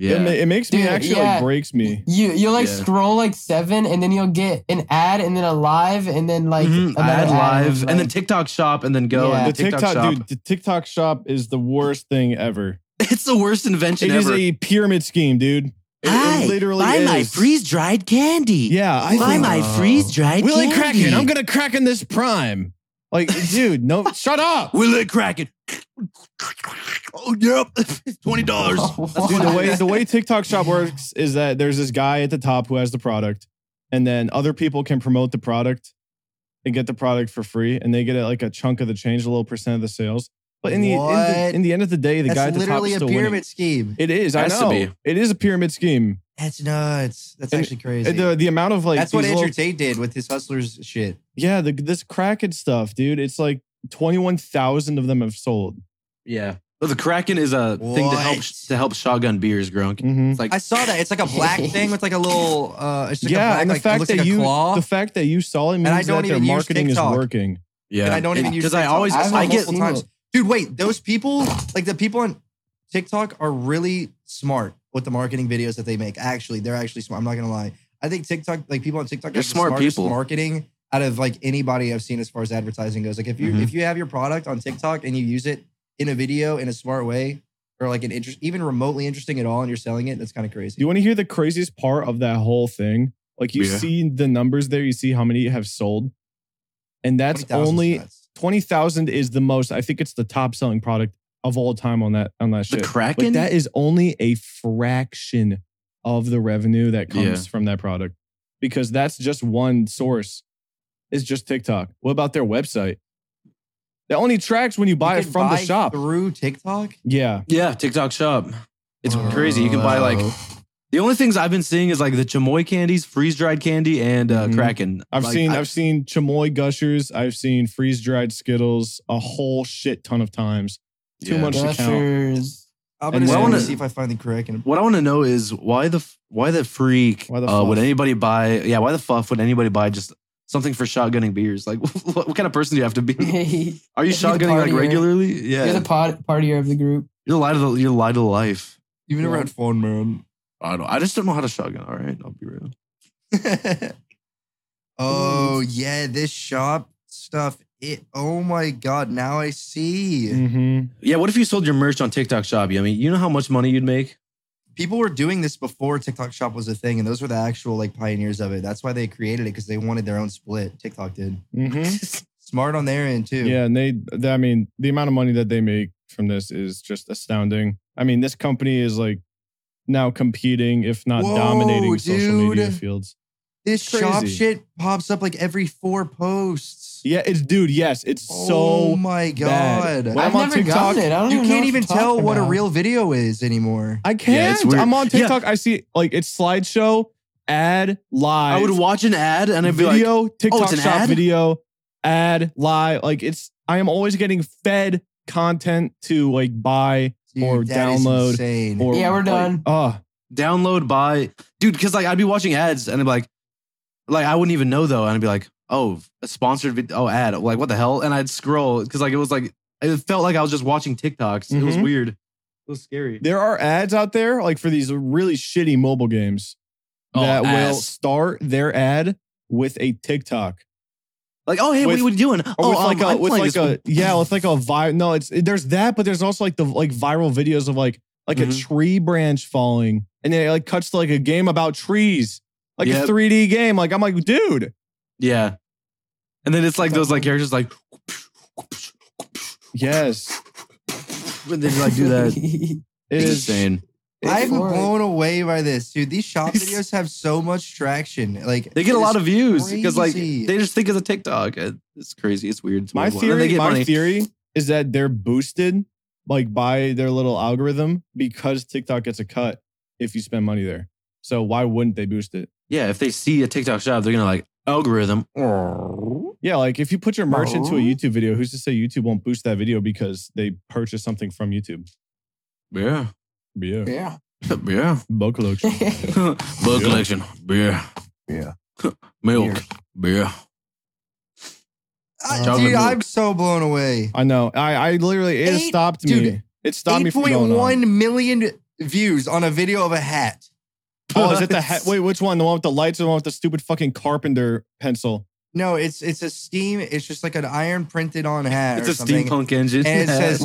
Speaker 4: It, ma-
Speaker 2: yeah.
Speaker 4: it makes me
Speaker 1: Dude,
Speaker 4: actually
Speaker 1: yeah.
Speaker 4: like breaks me.
Speaker 1: You you like
Speaker 2: Yeah.
Speaker 1: scroll like seven and then you'll get an ad and then a live and then like
Speaker 2: Mhm,
Speaker 1: another
Speaker 2: ad live
Speaker 1: like-
Speaker 2: and then TikTok shop and then go
Speaker 1: Yeah.
Speaker 2: and
Speaker 4: The
Speaker 2: the TikTok,
Speaker 4: TikTok,
Speaker 2: shop.
Speaker 4: dude, the TikTok shop is the worst thing ever.
Speaker 2: It's the worst invention
Speaker 4: It is
Speaker 2: ever.
Speaker 4: a pyramid scheme, dude. It- It, literally is.
Speaker 2: dried candy.
Speaker 4: Yeah, I
Speaker 1: Buy
Speaker 4: think
Speaker 1: my
Speaker 3: Uh,
Speaker 1: freeze-dried
Speaker 4: Willie Kraken. I'm gonna Kraken this prime. Like, dude, no, shut up.
Speaker 2: Willie Kraken. Oh yep, twenty dollars.
Speaker 4: Dude, the way the way TikTok Shop works is that there's this guy at the top who has the product, and then other people can promote the product and get the product for free, and they get like a chunk of the change, a little percent of the sales. But in the in the,
Speaker 3: What?
Speaker 4: in the end of the day, the
Speaker 3: That's
Speaker 4: guy at the top
Speaker 3: literally
Speaker 4: is
Speaker 3: a
Speaker 4: still
Speaker 3: pyramid
Speaker 4: winning.
Speaker 3: scheme.
Speaker 4: It is. I
Speaker 2: Has to
Speaker 4: know.
Speaker 2: be.
Speaker 4: It is a pyramid scheme.
Speaker 3: That's nuts. That's
Speaker 4: And-
Speaker 3: actually crazy.
Speaker 4: The the amount of like
Speaker 3: That's what
Speaker 4: these
Speaker 3: Andrew
Speaker 4: little-
Speaker 3: Tate did with his hustlers shit.
Speaker 4: yeah the, this Kraken stuff, dude. It's like twenty one thousand of them have sold.
Speaker 2: Yeah. Well, the Kraken is a thing to help
Speaker 3: What?
Speaker 2: to help shotgun beers, Gronk.
Speaker 4: Mhm.
Speaker 2: It's like
Speaker 3: I saw that. It's like a black thing with like a little. Uh, it's like
Speaker 4: yeah,
Speaker 3: a black,
Speaker 4: and the
Speaker 3: like, it
Speaker 4: fact
Speaker 3: looks
Speaker 4: that
Speaker 3: like a
Speaker 4: you
Speaker 3: claw.
Speaker 4: the fact that you saw it means
Speaker 3: I don't
Speaker 4: that their
Speaker 3: even use
Speaker 4: marketing is
Speaker 3: TikTok.
Speaker 4: working.
Speaker 2: yeah,
Speaker 3: and I don't even use
Speaker 2: because I
Speaker 3: TikTok.
Speaker 2: always
Speaker 1: I
Speaker 2: I,
Speaker 1: haven't
Speaker 2: get
Speaker 1: seen
Speaker 3: multiple times.
Speaker 1: it.
Speaker 3: Dude, wait, those people, like the people on TikTok are really smart with the marketing videos that they make. Actually, they're actually smart. I'm not gonna lie. I think TikTok, like people on TikTok,
Speaker 2: They're
Speaker 3: are the
Speaker 2: smart
Speaker 3: smartest
Speaker 2: people.
Speaker 3: Marketing out of like anybody I've seen as far as advertising goes. Like if you
Speaker 2: Mhm.
Speaker 3: if you have your product on TikTok and you use it in a video in a smart way or like an interest, even remotely interesting at all, and you're selling it, that's kind of
Speaker 4: Do you
Speaker 3: crazy.
Speaker 4: want to hear the craziest part of that whole thing? Like you
Speaker 2: Yeah.
Speaker 4: see the numbers there, you see how many have sold, and that's
Speaker 3: 20,000
Speaker 4: only
Speaker 3: nuts.
Speaker 4: twenty thousand is the most. I think it's the top selling product of all time on that on that
Speaker 2: the
Speaker 4: shit.
Speaker 2: Kraken.
Speaker 4: But that is only a fraction of the revenue that comes
Speaker 2: Yeah.
Speaker 4: from that product because that's just one source. It's just TikTok. What about their website? That only tracks when you buy
Speaker 3: You
Speaker 4: it
Speaker 3: can
Speaker 4: from
Speaker 3: buy
Speaker 4: the shop.
Speaker 3: through TikTok. Oh.
Speaker 4: yeah.
Speaker 2: yeah, TikTok shop. It's crazy. You can buy like the only things I've been seeing is like the chamoy candies, freeze dried candy, and uh,
Speaker 4: Mhm.
Speaker 2: Kraken.
Speaker 4: I've
Speaker 2: Like,
Speaker 4: seen I,
Speaker 2: I-
Speaker 4: have seen chamoy gushers. I've seen freeze dried Skittles a whole shit ton of times. Too
Speaker 2: yeah.
Speaker 4: much to count.
Speaker 1: Gushers.
Speaker 3: I'm
Speaker 4: And
Speaker 3: gonna
Speaker 4: well, I wanna-
Speaker 3: see if I find the correct. And
Speaker 2: What I want to know is why the f- why the freak
Speaker 4: Why the
Speaker 2: uh, would
Speaker 4: fuff?
Speaker 2: anybody buy? Yeah, why the fuff would anybody buy just something for shotgunning beers? Like, what, what kind of person do you have to be?
Speaker 1: You're
Speaker 2: Are you
Speaker 1: You're the
Speaker 2: shotgunning like
Speaker 1: partier.
Speaker 2: regularly? Yeah,
Speaker 1: the pod- partier of the group.
Speaker 2: you're the light of the you're the light of the life.
Speaker 3: you've never had fun, man.
Speaker 2: I don't. I just don't know how to shotgun. All right, I'll be real.
Speaker 3: oh yeah, this shop stuff. It. Oh my god, now I see.
Speaker 4: hmm
Speaker 2: Yeah, what if you sold your merch on TikTok Shop? I mean, you know how much money you'd make.
Speaker 3: People were doing this before TikTok Shop was a thing, and those were the actual like pioneers of it. That's why they created it because they wanted their own split. TikTok did
Speaker 4: hmm
Speaker 3: smart on their end too.
Speaker 4: Yeah, and they, they I mean the amount of money that they make from this is just astounding. I mean, this company is like now competing, if not
Speaker 3: Whoa,
Speaker 4: dominating, social media
Speaker 3: dude.
Speaker 4: fields.
Speaker 3: This
Speaker 4: Crazy.
Speaker 3: shop shit pops up like every four posts.
Speaker 4: Yeah, it's dude. Yes, it's
Speaker 3: oh
Speaker 4: so.
Speaker 3: my god.
Speaker 4: bad. When
Speaker 1: I've
Speaker 4: I'm on
Speaker 1: never
Speaker 4: TikTok,
Speaker 1: gotten it. I don't
Speaker 3: You
Speaker 1: even know
Speaker 3: can't
Speaker 1: what
Speaker 3: even
Speaker 1: you're talking
Speaker 3: tell what a
Speaker 1: about.
Speaker 3: real video is anymore.
Speaker 4: I
Speaker 2: Yeah, it's
Speaker 4: can't.
Speaker 2: weird.
Speaker 4: I'm on
Speaker 2: Yeah.
Speaker 4: TikTok. I see like it's slideshow, ad, live.
Speaker 2: I would watch an ad and I'd be like, oh,
Speaker 4: video, TikTok
Speaker 2: it's an
Speaker 4: shop
Speaker 2: ad?
Speaker 4: video, ad, live. Like it's I am always getting fed content to like buy
Speaker 3: Dude,
Speaker 4: Or
Speaker 3: that is
Speaker 4: download,
Speaker 3: insane.
Speaker 4: or
Speaker 1: Yeah, we're done.
Speaker 4: oh
Speaker 2: download by dude because like i'd be watching ads and i'd be like like i wouldn't even know though and i'd be like oh a sponsored vid- oh ad like what the hell and i'd scroll because like it was like it felt like i was just watching tiktoks it was
Speaker 4: Mhm.
Speaker 2: weird it was scary
Speaker 4: there are ads out there like for these really shitty mobile games
Speaker 2: Oh,
Speaker 4: that will
Speaker 2: ass.
Speaker 4: start their ad with a TikTok.
Speaker 2: like oh hey
Speaker 4: with-
Speaker 2: what are you doing
Speaker 4: Or
Speaker 2: oh
Speaker 4: with like
Speaker 2: um,
Speaker 4: a
Speaker 2: I'm
Speaker 4: with
Speaker 2: playing
Speaker 4: like
Speaker 2: this
Speaker 4: a
Speaker 2: one.
Speaker 4: yeah, with like a vi no, it's there's that, but there's also like the like viral videos of like like a
Speaker 2: Mhm.
Speaker 4: tree branch falling and then it like cuts to like a game about trees. Like
Speaker 2: Yep.
Speaker 4: a 3D game. Like I'm like, dude.
Speaker 2: yeah and then it's like those like characters like
Speaker 4: Yes.
Speaker 2: and then like do that
Speaker 4: It
Speaker 2: it's
Speaker 4: is
Speaker 2: insane
Speaker 3: I'm
Speaker 1: Before-
Speaker 3: blown away by this, dude. These shop videos have so much traction. Like
Speaker 2: they get a lot of views because like
Speaker 3: crazy.
Speaker 2: they just think it's a tiktok it's crazy it's weird It's
Speaker 4: My
Speaker 2: wild. And they
Speaker 4: theory,
Speaker 2: get
Speaker 4: my
Speaker 2: money.
Speaker 4: theory is that they're boosted like by their little algorithm because TikTok gets a cut if you spend money there. So why wouldn't they boost it?
Speaker 2: yeah if they see a tiktok shop they're gonna like algorithm
Speaker 4: Yeah, like if you put your merch into a
Speaker 1: Oh.
Speaker 4: YouTube video, who's to say YouTube won't boost that video because they purchased something from YouTube?
Speaker 2: yeah
Speaker 4: Yeah,
Speaker 1: yeah.
Speaker 2: yeah
Speaker 4: bow collection.
Speaker 2: Bug
Speaker 4: Yeah.
Speaker 2: collection. Beer.
Speaker 1: Yeah.
Speaker 2: Milk. Beer.
Speaker 3: I-
Speaker 2: Chocolate
Speaker 3: dude,
Speaker 2: milk.
Speaker 3: I'm so blown away.
Speaker 4: I know. I, I literally it
Speaker 3: Eight-
Speaker 4: stopped me.
Speaker 3: dude,
Speaker 4: it stopped me
Speaker 3: Eight
Speaker 4: from
Speaker 3: point
Speaker 4: going on.
Speaker 3: one million views on a video of a hat.
Speaker 4: Oh, is it the hat? Wait, which one? The one with the lights or the one with the stupid fucking carpenter pencil?
Speaker 3: No, it's it's a steam. It's just like an iron printed on hat.
Speaker 2: It's
Speaker 3: or
Speaker 2: a
Speaker 3: something.
Speaker 2: steampunk engine.
Speaker 3: And it says-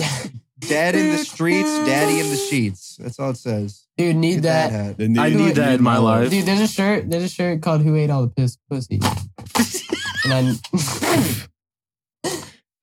Speaker 1: Dude,
Speaker 3: "Dad in the streets, daddy in the sheets." That's all it says.
Speaker 1: need
Speaker 3: Get
Speaker 1: that.
Speaker 3: hat.
Speaker 4: The
Speaker 2: I need that in my life.
Speaker 1: Dude, there's a shirt. There's a shirt called "Who Ate All the Piss Pussy." and I,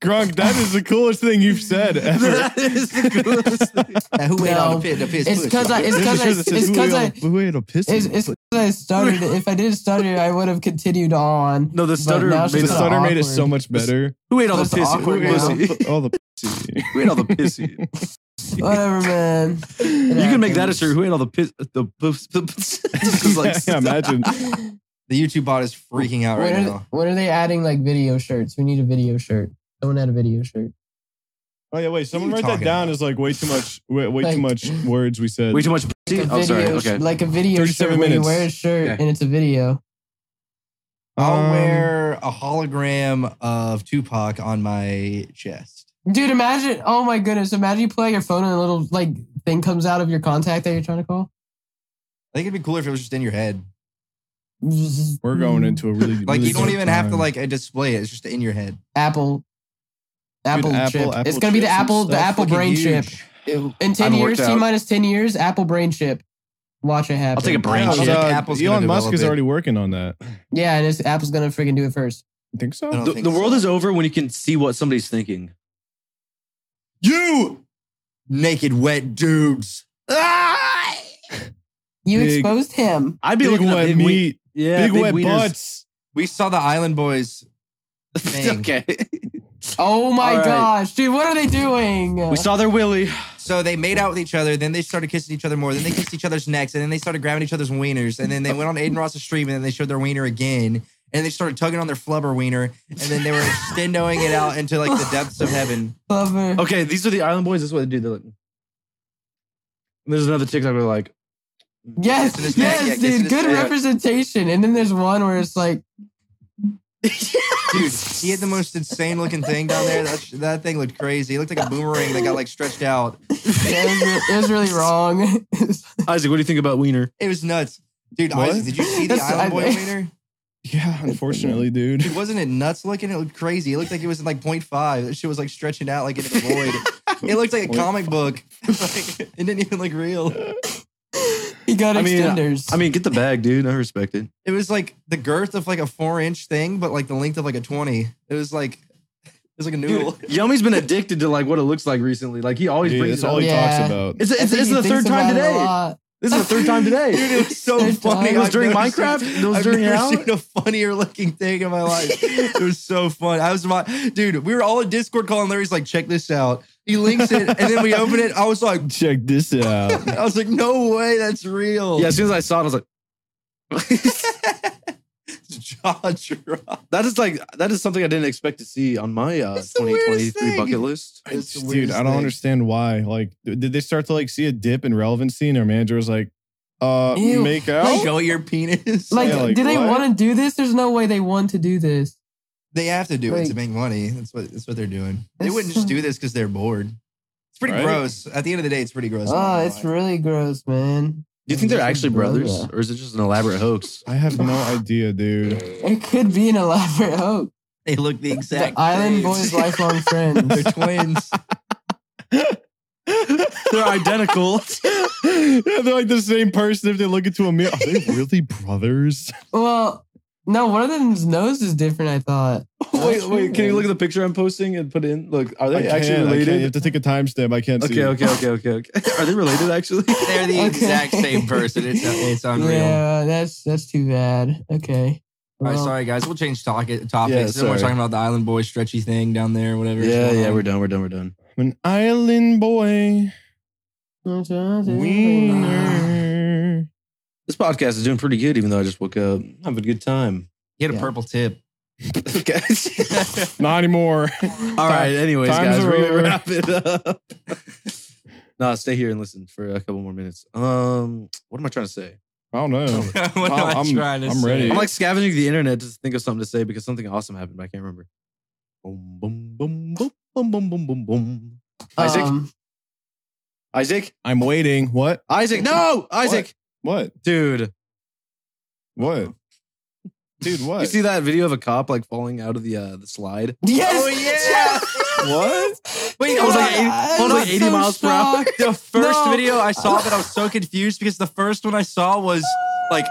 Speaker 4: Grunk, that is the coolest thing you've said ever.
Speaker 2: that is the coolest thing.
Speaker 3: Now, who ate all
Speaker 1: No,
Speaker 3: the pit? The piss
Speaker 1: it's
Speaker 3: pussy?
Speaker 1: 'cause I- it's
Speaker 4: There's a
Speaker 1: 'cause I-
Speaker 4: shirt that says,
Speaker 1: it's
Speaker 4: "Who
Speaker 1: 'cause
Speaker 4: ate all
Speaker 1: I-
Speaker 4: the- Who ate a piss?
Speaker 1: it's, it's 'cause I stuttered. If I didn't stutter, I would have continued on.
Speaker 2: No, the stutter
Speaker 1: now it's
Speaker 2: made
Speaker 4: the
Speaker 1: just
Speaker 2: it-
Speaker 1: kinda
Speaker 4: stutter made it
Speaker 1: awkward.
Speaker 4: so much better.
Speaker 2: Who ate all
Speaker 1: That's
Speaker 2: the pissy?
Speaker 1: awkward
Speaker 2: Who ate all the
Speaker 1: now.
Speaker 2: pissy?
Speaker 4: all the pussy.
Speaker 2: Who ate all the pissy?
Speaker 1: Whatever, man.
Speaker 2: You can make that a shirt. Who ate all the piss? The puffs. Just like
Speaker 4: yeah, imagine.
Speaker 3: the YouTube bot is freaking out right
Speaker 1: when, are,
Speaker 3: now.
Speaker 1: when are they adding like video shirts? We need a video shirt. Someone had a video shirt.
Speaker 4: Oh yeah, wait. Someone
Speaker 3: you
Speaker 4: write that
Speaker 3: talking
Speaker 4: down.
Speaker 3: about?
Speaker 4: Is like way too much. Way, way
Speaker 1: Like-
Speaker 4: too much words we said.
Speaker 2: Way too much
Speaker 1: Like
Speaker 2: pussy?
Speaker 1: a
Speaker 2: Oh, sorry.
Speaker 1: video, sh-
Speaker 2: Okay.
Speaker 1: like a video
Speaker 4: 37
Speaker 1: shirt where you
Speaker 4: minutes.
Speaker 1: wear a shirt
Speaker 2: Okay.
Speaker 1: and it's a video.
Speaker 3: I'll
Speaker 4: Um,
Speaker 3: wear a hologram of Tupac on my chest.
Speaker 1: Dude, imagine! Oh my goodness! Imagine you play your phone and a little like thing comes out of your contact that you're trying to call.
Speaker 3: I think it'd be cooler if it was just in your head.
Speaker 4: We're going into a really
Speaker 3: Mm. Like
Speaker 4: really
Speaker 3: you don't
Speaker 4: dark
Speaker 3: even have to
Speaker 4: time.
Speaker 3: like uh, display it. It's just in your head.
Speaker 1: Apple. Apple
Speaker 4: Apple-
Speaker 1: chip.
Speaker 4: Apple
Speaker 1: it's gonna be the
Speaker 4: chips and
Speaker 1: Apple, the
Speaker 4: stuff.
Speaker 1: Apple
Speaker 3: Fucking
Speaker 1: brain
Speaker 3: huge.
Speaker 1: chip. In ten
Speaker 2: I've
Speaker 1: years,
Speaker 2: worked
Speaker 1: T
Speaker 2: out.
Speaker 1: minus ten years, Apple brain chip. Watch it happen.
Speaker 2: I'll take a brain
Speaker 4: Yeah,
Speaker 2: chip.
Speaker 4: uh,
Speaker 3: Apple's gonna
Speaker 4: Elon Musk
Speaker 3: develop
Speaker 4: is
Speaker 3: it.
Speaker 4: already working on that. I
Speaker 1: Yeah, and it's, Apple's gonna freaking do it first.
Speaker 4: think so.
Speaker 3: I don't
Speaker 2: The,
Speaker 3: think
Speaker 2: the world
Speaker 3: so.
Speaker 2: is over when you can see what somebody's thinking.
Speaker 3: You naked wet dudes. Ah!
Speaker 1: You
Speaker 4: Big-
Speaker 1: exposed him.
Speaker 2: I'd be
Speaker 4: Big
Speaker 2: looking at
Speaker 4: wet
Speaker 2: big wee-
Speaker 4: meat.
Speaker 2: Yeah,
Speaker 4: Big, wet
Speaker 2: wieners.
Speaker 4: butts.
Speaker 3: We saw the Island Boys. thing.
Speaker 2: okay.
Speaker 1: Oh my
Speaker 2: All right.
Speaker 1: gosh, dude! What are they doing?
Speaker 2: We saw their willy.
Speaker 3: So they made out with each other, then they started kissing each other more, then they kissed each other's necks, and then they started grabbing each other's wieners, and then they went on Aiden Ross's stream, and then they showed their wiener again, and they started tugging on their flubber wiener, and then they were extendoing it out into like the depths of heaven.
Speaker 1: Lover.
Speaker 2: Okay, these are the Island Boys. That's what they do. They're like, And there's another TikTok where they're like,
Speaker 1: Yes,
Speaker 3: Gets in his
Speaker 1: yes,
Speaker 3: bag, yeah, gets in
Speaker 1: dude.
Speaker 3: his
Speaker 1: Good
Speaker 3: bag.
Speaker 1: representation. And then there's one where it's like,
Speaker 3: Dude, he had the most insane looking thing down there. That, sh- that thing looked crazy. It looked like a boomerang that got like stretched out.
Speaker 1: yeah, it, was, re- it was really wrong.
Speaker 2: Isaac, what do you think about Wiener?
Speaker 3: It was nuts. Dude,
Speaker 4: What?
Speaker 3: Isaac, did you see the
Speaker 1: That's-
Speaker 3: Island
Speaker 1: I-
Speaker 3: Boy wiener?
Speaker 4: Yeah, unfortunately,
Speaker 3: Dude,
Speaker 4: dude.
Speaker 3: wasn't it nuts looking? It looked crazy. It looked like it was in like 0.5. That shit was like stretching out like in a void. It looked like a comic book. Like, it didn't even look real.
Speaker 1: he got
Speaker 2: I mean,
Speaker 1: extenders.
Speaker 2: I mean, get the bag, dude. I respect it.
Speaker 3: It was like the girth of like a four inch thing, but like the length of like a 20. It was like, It's like a noodle.
Speaker 2: Dude, Yummy's been addicted to like what it looks like recently. Like he always
Speaker 4: Dude,
Speaker 2: brings
Speaker 4: that's
Speaker 2: it
Speaker 4: all
Speaker 2: up.
Speaker 4: he
Speaker 1: Yeah.
Speaker 4: talks about.
Speaker 2: It's, it's,
Speaker 1: think
Speaker 2: it's
Speaker 1: he
Speaker 2: the
Speaker 1: thinks
Speaker 2: third time
Speaker 1: about it a
Speaker 2: today.
Speaker 1: lot.
Speaker 2: This is the third time today.
Speaker 3: Dude, it was so
Speaker 1: Third
Speaker 3: funny.
Speaker 1: time. It
Speaker 2: was
Speaker 3: I've
Speaker 2: during
Speaker 3: never seen-
Speaker 2: Minecraft? It was
Speaker 3: I've
Speaker 2: during
Speaker 3: never
Speaker 2: Alan?
Speaker 3: seen a funnier looking thing in my life. it was so fun. I was my dude. We were all in Discord calling Larry's like, check this out. He links it, and then we open it. I was like,
Speaker 4: Check this out.
Speaker 3: I was like, no way, that's real.
Speaker 2: Yeah, as soon as I saw it, I was like,
Speaker 3: jaw drop.
Speaker 2: that is like that is something I didn't expect to see on my uh,
Speaker 3: It's the weirdest
Speaker 2: 2023 bucket
Speaker 3: thing.
Speaker 2: list.
Speaker 3: It's the
Speaker 4: Dude,
Speaker 3: weirdest
Speaker 4: I don't
Speaker 3: thing.
Speaker 4: understand why. Like, th- did they start to like see a dip in relevancy, and our manager was like, "Uh,
Speaker 1: Ew.
Speaker 4: make out."
Speaker 1: Like-
Speaker 3: Show your penis.
Speaker 1: Like,
Speaker 4: Yeah, like,
Speaker 1: do they
Speaker 4: what?
Speaker 1: want to do this? There's no way they want to do this.
Speaker 3: they have to do it to
Speaker 1: Like-
Speaker 3: make money. That's what that's what they're doing. They
Speaker 1: It's
Speaker 3: wouldn't
Speaker 1: so-
Speaker 3: just do this because they're bored. It's pretty
Speaker 4: Right?
Speaker 3: gross. At the end of the day, it's pretty gross. I'm not
Speaker 1: Oh,
Speaker 3: gonna
Speaker 1: it's
Speaker 3: lie.
Speaker 1: really gross, man.
Speaker 2: Do you think they're
Speaker 1: It's a
Speaker 2: actually brothers,
Speaker 1: brother.
Speaker 2: or is it just an elaborate hoax?
Speaker 4: I have no idea, dude.
Speaker 1: It could be an elaborate hoax.
Speaker 3: they look the exact.
Speaker 1: the Island
Speaker 3: same.
Speaker 1: Boys' lifelong friends.
Speaker 3: they're twins.
Speaker 2: They're identical.
Speaker 4: yeah, they're like the same person if they look into a mirror. Are they really brothers?
Speaker 1: Well, no, one of them's nose is different. I thought.
Speaker 2: wait, wait. Can you look at the picture I'm posting and put in? Look, are they
Speaker 4: I can't-
Speaker 2: actually
Speaker 4: I can't. You
Speaker 2: related?
Speaker 4: have to take a timestamp. I can't. see.
Speaker 2: Okay, okay, okay, okay, okay. Are they related actually?
Speaker 3: They're the
Speaker 1: Okay.
Speaker 3: exact same person. It's it's unreal.
Speaker 1: Yeah, that's that's too bad. Okay.
Speaker 3: All right,
Speaker 1: Well,
Speaker 3: sorry guys. We'll change talk- topics. then we're
Speaker 2: sorry.
Speaker 3: talking about the Island Boys stretchy thing down there, whatever.
Speaker 2: Yeah, yeah. We're done. We're done. We're done.
Speaker 4: I'm an island boy. Wiener.
Speaker 2: This podcast is doing pretty good, even though I just woke up. I'm having a good time.
Speaker 3: He had a
Speaker 1: Yeah.
Speaker 3: purple tip.
Speaker 2: okay.
Speaker 4: Not anymore.
Speaker 2: All right. Anyways,
Speaker 4: times
Speaker 2: guys,
Speaker 4: are
Speaker 2: we're gonna
Speaker 4: over.
Speaker 2: wrap it up. no, stay here and listen for a couple more minutes. Um, what am I trying to say?
Speaker 4: I don't know.
Speaker 3: what
Speaker 4: Oh,
Speaker 3: am I
Speaker 4: I'm-
Speaker 3: trying to
Speaker 4: I'm
Speaker 3: say?
Speaker 4: ready.
Speaker 2: I'm like scavenging the internet to think of something to say because something awesome happened, but I can't remember. Boom, boom, boom, boom, boom, boom, boom, boom, boom. Isaac,
Speaker 1: Um,
Speaker 2: Isaac,
Speaker 4: I'm waiting. What?
Speaker 2: Isaac, no, Isaac,
Speaker 4: What?
Speaker 2: dude.
Speaker 4: What? Dude, what?
Speaker 2: You see that video of a cop like falling out of the uh, the slide?
Speaker 1: yes.
Speaker 3: Oh,
Speaker 4: What?
Speaker 3: Wait,
Speaker 2: It
Speaker 3: hold
Speaker 2: was
Speaker 3: on.
Speaker 2: like 80,
Speaker 1: I
Speaker 2: it was like
Speaker 1: was
Speaker 2: 80
Speaker 1: so
Speaker 2: miles per hour.
Speaker 1: shocked.
Speaker 3: the first
Speaker 1: No.
Speaker 3: video I saw that I was so confused because the first one I saw was like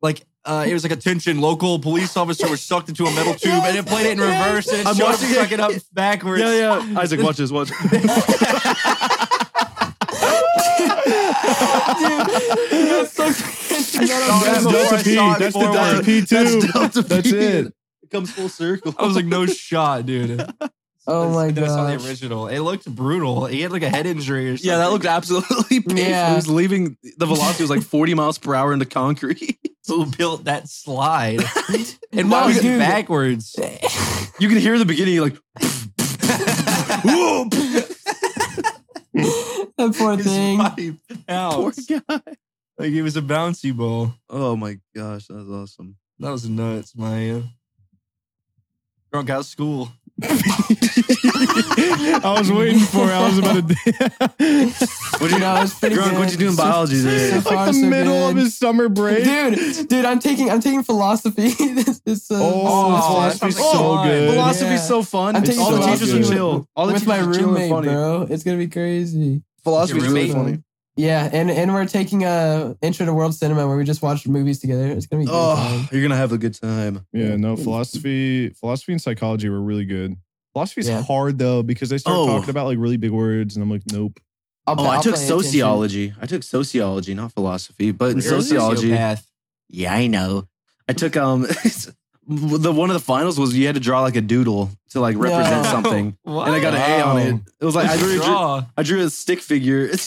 Speaker 3: like uh, it was like attention local police officer was sucked into a metal tube and it played it in reverse and it
Speaker 2: I'm
Speaker 3: showed
Speaker 2: watching
Speaker 3: him
Speaker 2: it.
Speaker 3: sucking up backwards.
Speaker 2: Yeah, yeah. Isaac, watch this. Watch.
Speaker 1: Dude, that's so
Speaker 3: Oh, before
Speaker 4: That's Delta
Speaker 3: I
Speaker 4: P.
Speaker 3: saw it
Speaker 4: That's the
Speaker 3: before
Speaker 4: Delta
Speaker 3: work.
Speaker 4: P too.
Speaker 2: Delta
Speaker 4: That's
Speaker 2: P.
Speaker 4: it.
Speaker 2: It comes full circle.
Speaker 3: I was like, no shot, dude.
Speaker 1: Oh my
Speaker 3: And then I saw the
Speaker 1: gosh.
Speaker 3: original. It looked brutal. He had like a head injury or something.
Speaker 2: yeah, that looked absolutely painful.
Speaker 1: Yeah.
Speaker 2: It was leaving the velocity was like 40 miles per hour into concrete.
Speaker 3: who built that slide.
Speaker 1: No,
Speaker 3: and why was it
Speaker 1: dude.
Speaker 3: backwards?
Speaker 2: You can hear the beginning like
Speaker 3: Whoop!
Speaker 1: that poor thing.
Speaker 2: poor guy.
Speaker 3: Like it was a bouncy ball.
Speaker 2: Oh my gosh, that was awesome.
Speaker 3: That was nuts, man. Drunk out of school.
Speaker 4: I was waiting for it. I was about to.
Speaker 2: What you
Speaker 1: No, it was pretty
Speaker 2: Drunk,
Speaker 1: good.
Speaker 2: what'd you do in biology today?
Speaker 1: so
Speaker 4: It's like
Speaker 1: far,
Speaker 4: the
Speaker 1: so
Speaker 4: middle
Speaker 1: good.
Speaker 4: of his summer break.
Speaker 1: Dude, dude, I'm taking I'm taking philosophy. this, this, uh,
Speaker 4: Oh,
Speaker 1: this
Speaker 3: philosophy.
Speaker 1: semester.
Speaker 4: philosophy's so
Speaker 2: Oh,
Speaker 4: good.
Speaker 2: Philosophy's
Speaker 1: Yeah.
Speaker 2: so fun.
Speaker 1: I'm
Speaker 4: taking
Speaker 2: All the teachers
Speaker 4: philosophy
Speaker 2: are chill. All the
Speaker 1: with
Speaker 2: teachers
Speaker 1: my
Speaker 2: are chill and
Speaker 1: roommate,
Speaker 2: funny.
Speaker 1: bro. It's gonna be crazy.
Speaker 2: Philosophy's
Speaker 3: Your
Speaker 2: really
Speaker 3: roommate?
Speaker 2: funny.
Speaker 1: Yeah, and and we're taking a intro to world cinema where we just watched movies together. It's gonna be.
Speaker 2: Oh, you're gonna have a good time.
Speaker 4: Yeah, no, philosophy, philosophy and psychology were really good. Philosophy is
Speaker 1: Yeah.
Speaker 4: hard though because they start
Speaker 2: Oh.
Speaker 4: talking about like really big words, and I'm like, nope.
Speaker 1: I'll,
Speaker 2: Oh,
Speaker 1: I'll
Speaker 2: I took
Speaker 1: pay attention.
Speaker 2: sociology. I took sociology, not philosophy, but in
Speaker 3: You're a
Speaker 2: sociology.
Speaker 3: sociopath.
Speaker 2: Yeah, I know. I took um the one of the finals was you had to draw like a doodle to like represent
Speaker 1: No.
Speaker 2: something.
Speaker 3: Oh, What?
Speaker 2: And I got an A on it.
Speaker 4: Wow.
Speaker 2: It was like I drew,
Speaker 3: draw.
Speaker 2: I drew a stick figure.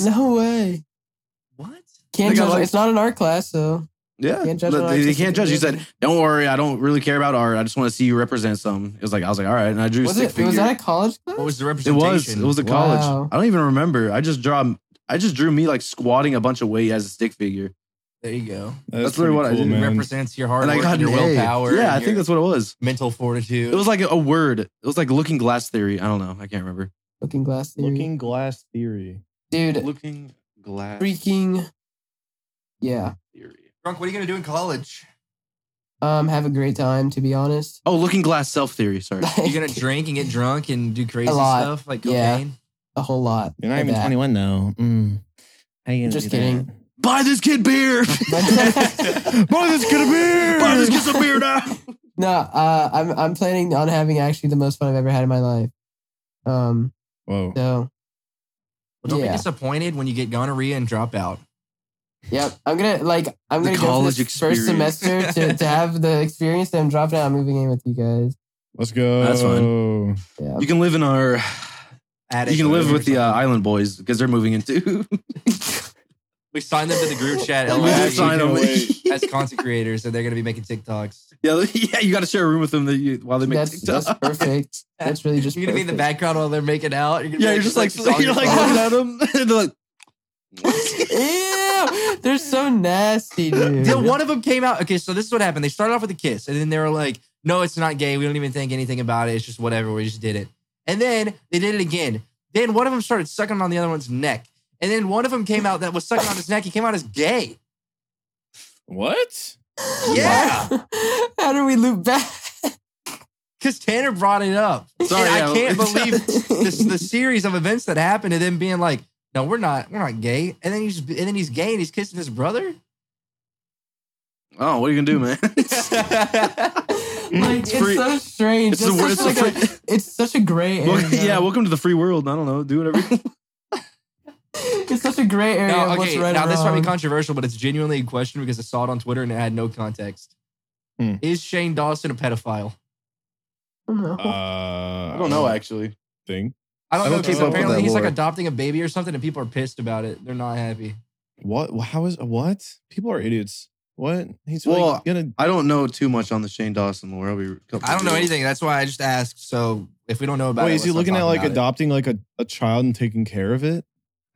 Speaker 1: No way.
Speaker 3: What?
Speaker 1: Can't
Speaker 2: They got
Speaker 1: judge.
Speaker 2: like-
Speaker 1: it's not an art class, so
Speaker 2: yeah.
Speaker 1: Can't judge
Speaker 2: But
Speaker 1: an
Speaker 2: they, they
Speaker 1: artist.
Speaker 2: can't judge. You said, Don't worry, I don't really care about art. I just want to see you represent something. It was like I was like, all right, and I drew a
Speaker 1: was
Speaker 2: stick
Speaker 1: it?
Speaker 2: figure.
Speaker 1: Was that a college class?
Speaker 3: What was the
Speaker 2: it
Speaker 3: representation?
Speaker 2: was. It was a college.
Speaker 1: Wow.
Speaker 2: I don't even remember. I just draw I just drew me like squatting a bunch of weight as a stick figure.
Speaker 3: There you go.
Speaker 2: That's literally
Speaker 4: pretty
Speaker 2: what I did.
Speaker 3: It
Speaker 4: man.
Speaker 3: represents your hard
Speaker 2: and I
Speaker 3: work
Speaker 2: got
Speaker 3: and
Speaker 2: an
Speaker 3: your
Speaker 2: A.
Speaker 3: willpower.
Speaker 2: Yeah,
Speaker 3: and
Speaker 2: I think
Speaker 3: your
Speaker 2: that's what it was.
Speaker 3: mental fortitude.
Speaker 2: It was like a word. It was like looking glass theory. I don't know. I can't remember.
Speaker 1: Looking glass theory.
Speaker 4: Looking glass theory.
Speaker 1: Dude,
Speaker 2: Looking glass
Speaker 1: freaking. Yeah.
Speaker 2: theory.
Speaker 3: drunk. What are you gonna do in college?
Speaker 1: Um, have a great time. To be honest.
Speaker 2: Oh, looking glass self theory. Sorry.
Speaker 3: You gonna drink and get drunk and do crazy
Speaker 1: lot.
Speaker 3: stuff like
Speaker 1: Yeah.
Speaker 3: cocaine?
Speaker 1: a whole lot.
Speaker 4: You're not
Speaker 1: of
Speaker 4: even
Speaker 1: that.
Speaker 4: 21 though. Mm. How you gonna
Speaker 1: Just
Speaker 4: do that?
Speaker 1: kidding.
Speaker 2: Buy this kid beer. Buy
Speaker 4: Boy, this could be.
Speaker 2: this kid some beer now.
Speaker 1: No, uh, I'm I'm planning on having actually the most fun I've ever had in my life. Um,
Speaker 4: Whoa.
Speaker 1: so
Speaker 3: Well, don't
Speaker 1: Yeah.
Speaker 3: be disappointed when you get gonorrhea and drop out.
Speaker 1: yep, I'm gonna like I'm
Speaker 2: The
Speaker 1: gonna go for
Speaker 2: college
Speaker 1: this first
Speaker 2: experience.
Speaker 1: semester to, to have the experience and drop out. I'm moving in with you guys.
Speaker 4: Let's go.
Speaker 2: That's
Speaker 4: fine.
Speaker 1: Yeah,
Speaker 2: You can live in our.
Speaker 3: Attic
Speaker 2: You can live
Speaker 3: or
Speaker 2: with the uh,
Speaker 3: something.
Speaker 2: island boys because they're moving in too.
Speaker 3: we signed them to the group chat.
Speaker 1: We
Speaker 2: We
Speaker 1: Yeah,
Speaker 2: did
Speaker 1: you
Speaker 2: sign
Speaker 4: can
Speaker 2: them.
Speaker 4: wait.
Speaker 2: yeah,
Speaker 3: as content creators, and they're gonna be making TikToks.
Speaker 2: yeah, you got to share a room with them that you, while they make
Speaker 1: that's
Speaker 2: TikTok.
Speaker 1: that's perfect. That's really just
Speaker 3: You're gonna be in the
Speaker 1: perfect.
Speaker 3: background while they're making out. You're gonna
Speaker 2: Yeah,
Speaker 3: be
Speaker 2: you're just like
Speaker 3: song
Speaker 2: you're like
Speaker 3: yourself.
Speaker 2: looking at them. they're like,
Speaker 1: Ew, they're so nasty, dude.
Speaker 3: Then one of them came out. Okay, so this is what happened. They started off with a kiss, and then they were like, "No, it's not gay. We don't even think anything about it. It's just whatever. We just did it." And then they did it again. Then one of them started sucking on the other one's neck, and then one of them came out that was sucking on his neck. He came out as gay.
Speaker 4: What?
Speaker 3: Yeah.
Speaker 1: How do we loop back?
Speaker 3: Because Tanner brought it up.
Speaker 2: Sorry,
Speaker 3: And
Speaker 2: yeah.
Speaker 3: I can't believe this the series of events that happened and them being like, no, we're not, we're not gay. And then he's and then he's gay and he's kissing his brother.
Speaker 2: oh, what are you gonna do, man?
Speaker 1: like
Speaker 2: It's
Speaker 1: it's,
Speaker 2: free-
Speaker 1: so strange.
Speaker 2: it's the wor-
Speaker 1: such
Speaker 2: it's the
Speaker 1: like a- it's such a gray area.
Speaker 2: Well, yeah, welcome to the free world. I don't know. Do whatever. you
Speaker 1: it's such a gray area.
Speaker 3: now,
Speaker 1: of what's
Speaker 3: okay,
Speaker 1: right
Speaker 3: now
Speaker 1: and
Speaker 3: this might be
Speaker 1: wrong.
Speaker 3: controversial, but it's genuinely a question because I saw it on Twitter and it had no context.
Speaker 4: Hmm.
Speaker 3: Is Shane Dawson a pedophile?
Speaker 1: I don't know.
Speaker 4: Uh, I
Speaker 3: Uh,
Speaker 2: actually.
Speaker 4: Think.
Speaker 3: I don't,
Speaker 2: I don't
Speaker 3: know. 'cause
Speaker 2: keep up with
Speaker 3: apparently
Speaker 2: that
Speaker 3: he's like
Speaker 2: lore.
Speaker 3: adopting a baby or something, and people are pissed about it. They're not happy.
Speaker 4: What? How is what? People are idiots. What? He's
Speaker 2: Well,
Speaker 4: like gonna.
Speaker 2: I don't know too much on the Shane Dawson lore. I'll be.
Speaker 3: I don't know anything. That's why I just asked. So if we don't know about
Speaker 4: Wait,
Speaker 3: it,
Speaker 4: is he
Speaker 3: let's not
Speaker 4: looking
Speaker 3: talk
Speaker 4: at like
Speaker 3: about it.
Speaker 4: adopting like a, a child and taking care of it?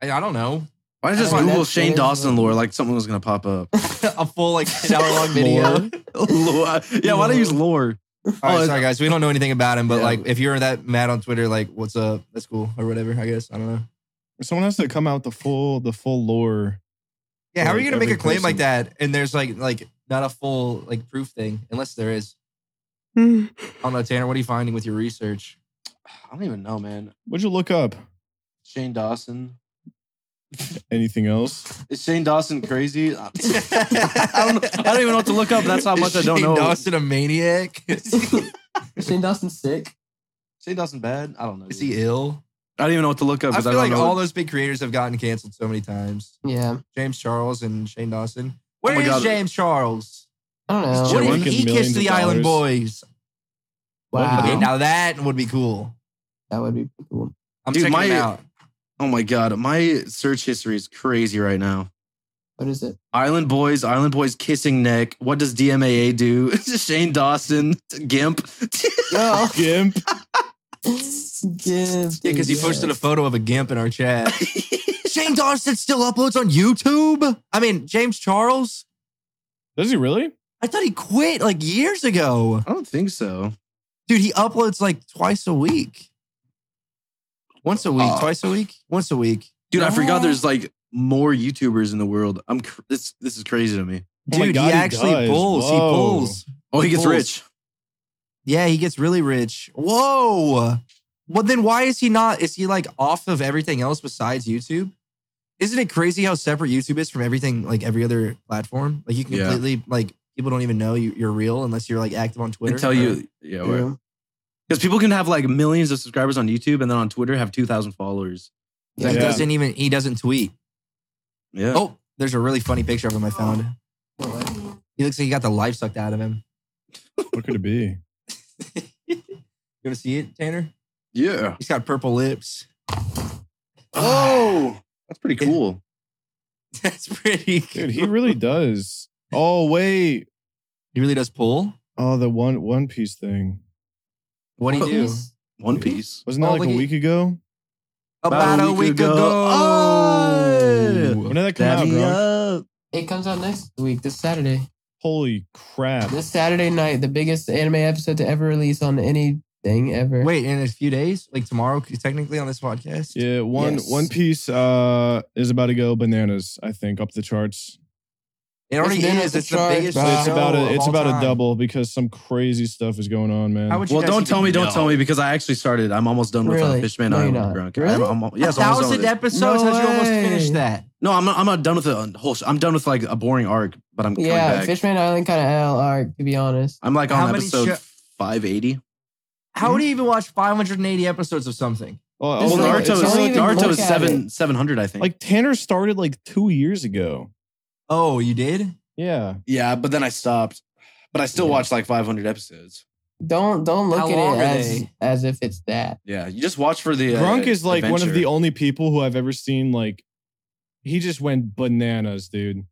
Speaker 3: I I don't know.
Speaker 2: Why did I just
Speaker 1: Oh,
Speaker 2: Google
Speaker 1: that's
Speaker 2: Shane
Speaker 1: crazy.
Speaker 2: Dawson lore? Like something was gonna pop up.
Speaker 3: a full like ten hour long video.
Speaker 4: Lore?
Speaker 2: Lore. Yeah, why do I use lore?
Speaker 3: All right,
Speaker 2: Oh,
Speaker 3: sorry guys, we don't know anything about him, but
Speaker 2: Yeah.
Speaker 3: like if you're that mad on Twitter, like what's up? That's cool or whatever. I guess I don't know.
Speaker 4: Someone has to come out the full the full lore.
Speaker 3: Yeah, how are
Speaker 4: Like,
Speaker 3: you gonna make a
Speaker 4: every
Speaker 3: claim like
Speaker 4: person-
Speaker 3: that? And there's like like not a full like proof thing, unless there is. I don't know, Tanner. What are you finding with your research?
Speaker 2: I don't even know, man.
Speaker 4: What'd you look up?
Speaker 2: Shane Dawson.
Speaker 4: Anything else?
Speaker 2: Is Shane Dawson crazy? I don't, know. I don't even know what to look up. That's how
Speaker 3: Is
Speaker 2: much I don't
Speaker 3: Shane
Speaker 2: know.
Speaker 3: Dawson a maniac? is
Speaker 1: Shane Dawson's sick.
Speaker 2: Shane Dawson bad? I don't know.
Speaker 3: he
Speaker 2: dude.
Speaker 3: ill?
Speaker 2: I don't even know what to look up.
Speaker 3: I
Speaker 2: 'cause
Speaker 3: feel
Speaker 2: don't
Speaker 3: like
Speaker 2: know
Speaker 3: all
Speaker 2: what-
Speaker 3: those big creators have gotten canceled so many times.
Speaker 1: Yeah,
Speaker 3: James Charles and Shane Dawson. Where
Speaker 2: Oh my
Speaker 3: is
Speaker 2: God.
Speaker 3: James Charles?
Speaker 1: I don't know.
Speaker 3: What
Speaker 2: chilling.
Speaker 3: if he
Speaker 4: Making
Speaker 3: kissed
Speaker 4: millions
Speaker 3: the
Speaker 4: of
Speaker 3: Island
Speaker 4: dollars.
Speaker 3: Boys?
Speaker 1: Wow,
Speaker 3: Okay, now that would be cool.
Speaker 1: that would be cool.
Speaker 3: I'm
Speaker 2: Dude,
Speaker 3: checking
Speaker 2: my-
Speaker 3: him out.
Speaker 2: Oh my god, my search history is crazy right now.
Speaker 1: What is it?
Speaker 2: Island Boys, Island Boys kissing neck. What does DMAA do? Shane Dawson, Gimp.
Speaker 1: No,
Speaker 4: Gimp.
Speaker 1: yeah,
Speaker 3: Yeah, because he posted a photo of a gimp in our chat. Shane Dawson still uploads on YouTube. I mean, James Charles.
Speaker 4: Does he really?
Speaker 3: I thought he quit like years ago.
Speaker 2: I don't think so.
Speaker 3: Dude, he uploads like twice a week. Once a week,
Speaker 2: Oh.
Speaker 3: twice a week, once a week.
Speaker 2: Dude, I forgot
Speaker 1: No.
Speaker 2: there's like more YouTubers in the world. I'm cr- this this is crazy to me.
Speaker 4: Oh my
Speaker 3: Dude,
Speaker 4: God,
Speaker 3: he
Speaker 4: he
Speaker 3: actually
Speaker 4: does.
Speaker 3: pulls. He
Speaker 4: Whoa.
Speaker 3: pulls.
Speaker 2: Oh, he gets
Speaker 3: Bulls.
Speaker 2: rich.
Speaker 3: Yeah, he gets really rich. Whoa. Well, then why is he not? Is he like off of everything else besides YouTube? Isn't it crazy how separate YouTube is from everything, like every other platform? Like you can
Speaker 2: Yeah.
Speaker 3: completely, like people don't even know you, you're real unless you're like active on Twitter.
Speaker 2: And tell you yeah,
Speaker 1: Yeah.
Speaker 2: Because people can have like millions of subscribers on YouTube and then on Twitter have 2,000 followers.
Speaker 3: He
Speaker 4: Yeah.
Speaker 3: doesn't even, he doesn't tweet.
Speaker 2: Yeah.
Speaker 3: Oh, there's a really funny picture of him I found.
Speaker 1: Oh,
Speaker 3: He looks like he got the life sucked out of him.
Speaker 4: What could it be?
Speaker 3: you want to see it, Tanner?
Speaker 2: Yeah.
Speaker 3: He's got purple lips.
Speaker 2: Oh, that's pretty cool.
Speaker 3: That's pretty
Speaker 4: Dude,
Speaker 3: good.
Speaker 4: he really does. Oh wait.
Speaker 3: He really does pull.
Speaker 4: Oh, the one One Piece thing.
Speaker 3: What do you do?
Speaker 2: One Piece.
Speaker 4: Wasn't that
Speaker 3: Oh,
Speaker 4: like
Speaker 3: look
Speaker 4: a
Speaker 3: at-
Speaker 4: week ago?
Speaker 3: About, a week ago. Oh!
Speaker 4: When did that come out,
Speaker 2: Daddy
Speaker 3: uh,
Speaker 4: bro?
Speaker 2: Oh! up.
Speaker 1: It comes out next week, this Saturday.
Speaker 4: Holy crap!
Speaker 1: This Saturday night, the biggest anime episode to ever release on anything ever.
Speaker 3: Wait, in a few days, like tomorrow, technically on this podcast.
Speaker 4: Yeah, one
Speaker 1: Yes.
Speaker 4: One Piece uh is about to go bananas. I think up the charts.
Speaker 3: It already
Speaker 1: been
Speaker 3: is.
Speaker 1: at the
Speaker 3: It's the
Speaker 1: charts,
Speaker 3: biggest.
Speaker 1: bro.
Speaker 3: show
Speaker 4: it's about
Speaker 3: of
Speaker 4: a it's
Speaker 3: all
Speaker 4: about
Speaker 3: time.
Speaker 4: a double because some crazy stuff is going on, man.
Speaker 3: How would you
Speaker 2: Well,
Speaker 3: guys
Speaker 2: don't
Speaker 3: even
Speaker 2: tell me, don't
Speaker 3: know?
Speaker 2: tell me, because I actually started. I'm almost done with
Speaker 1: Really?
Speaker 2: uh, Fishman
Speaker 1: No, you're
Speaker 2: Island,
Speaker 1: not.
Speaker 2: bro. Okay,
Speaker 1: Really?
Speaker 2: I'm, I'm, yes,
Speaker 3: a
Speaker 2: I'm almost done
Speaker 3: thousand
Speaker 2: with it.
Speaker 3: episodes
Speaker 1: No
Speaker 3: has you almost
Speaker 1: way.
Speaker 3: finished that.
Speaker 2: No, I'm not. I'm not done with the whole. Show. I'm done with like a boring arc, but I'm coming
Speaker 1: Yeah,
Speaker 2: back.
Speaker 1: Fishman Island kind of L arc, to be honest.
Speaker 2: I'm like
Speaker 3: How
Speaker 2: on
Speaker 3: many
Speaker 2: episode
Speaker 3: sho-
Speaker 2: 580.
Speaker 3: How would you even watch 580 episodes of something?
Speaker 4: Well,
Speaker 1: It's
Speaker 2: Well,
Speaker 4: also,
Speaker 1: like-
Speaker 2: Naruto,
Speaker 4: it's
Speaker 1: don't
Speaker 2: is,
Speaker 4: Oh, like,
Speaker 1: even
Speaker 2: Naruto
Speaker 1: look
Speaker 2: is
Speaker 1: at
Speaker 2: seven seven hundred, I think.
Speaker 4: like Tanner started like two years ago.
Speaker 3: Oh, you did?
Speaker 4: Yeah,
Speaker 2: yeah, but then I stopped. But I still
Speaker 3: Yeah.
Speaker 2: watch like 500 episodes.
Speaker 1: Don't don't look
Speaker 3: How
Speaker 1: at
Speaker 3: long
Speaker 1: it
Speaker 3: are
Speaker 1: as
Speaker 3: they?
Speaker 1: as if it's that.
Speaker 2: Yeah, you just watch for the. Uh,
Speaker 4: Grunk is like one of the
Speaker 2: adventure.
Speaker 4: only people who I've ever seen like. He just went bananas, dude.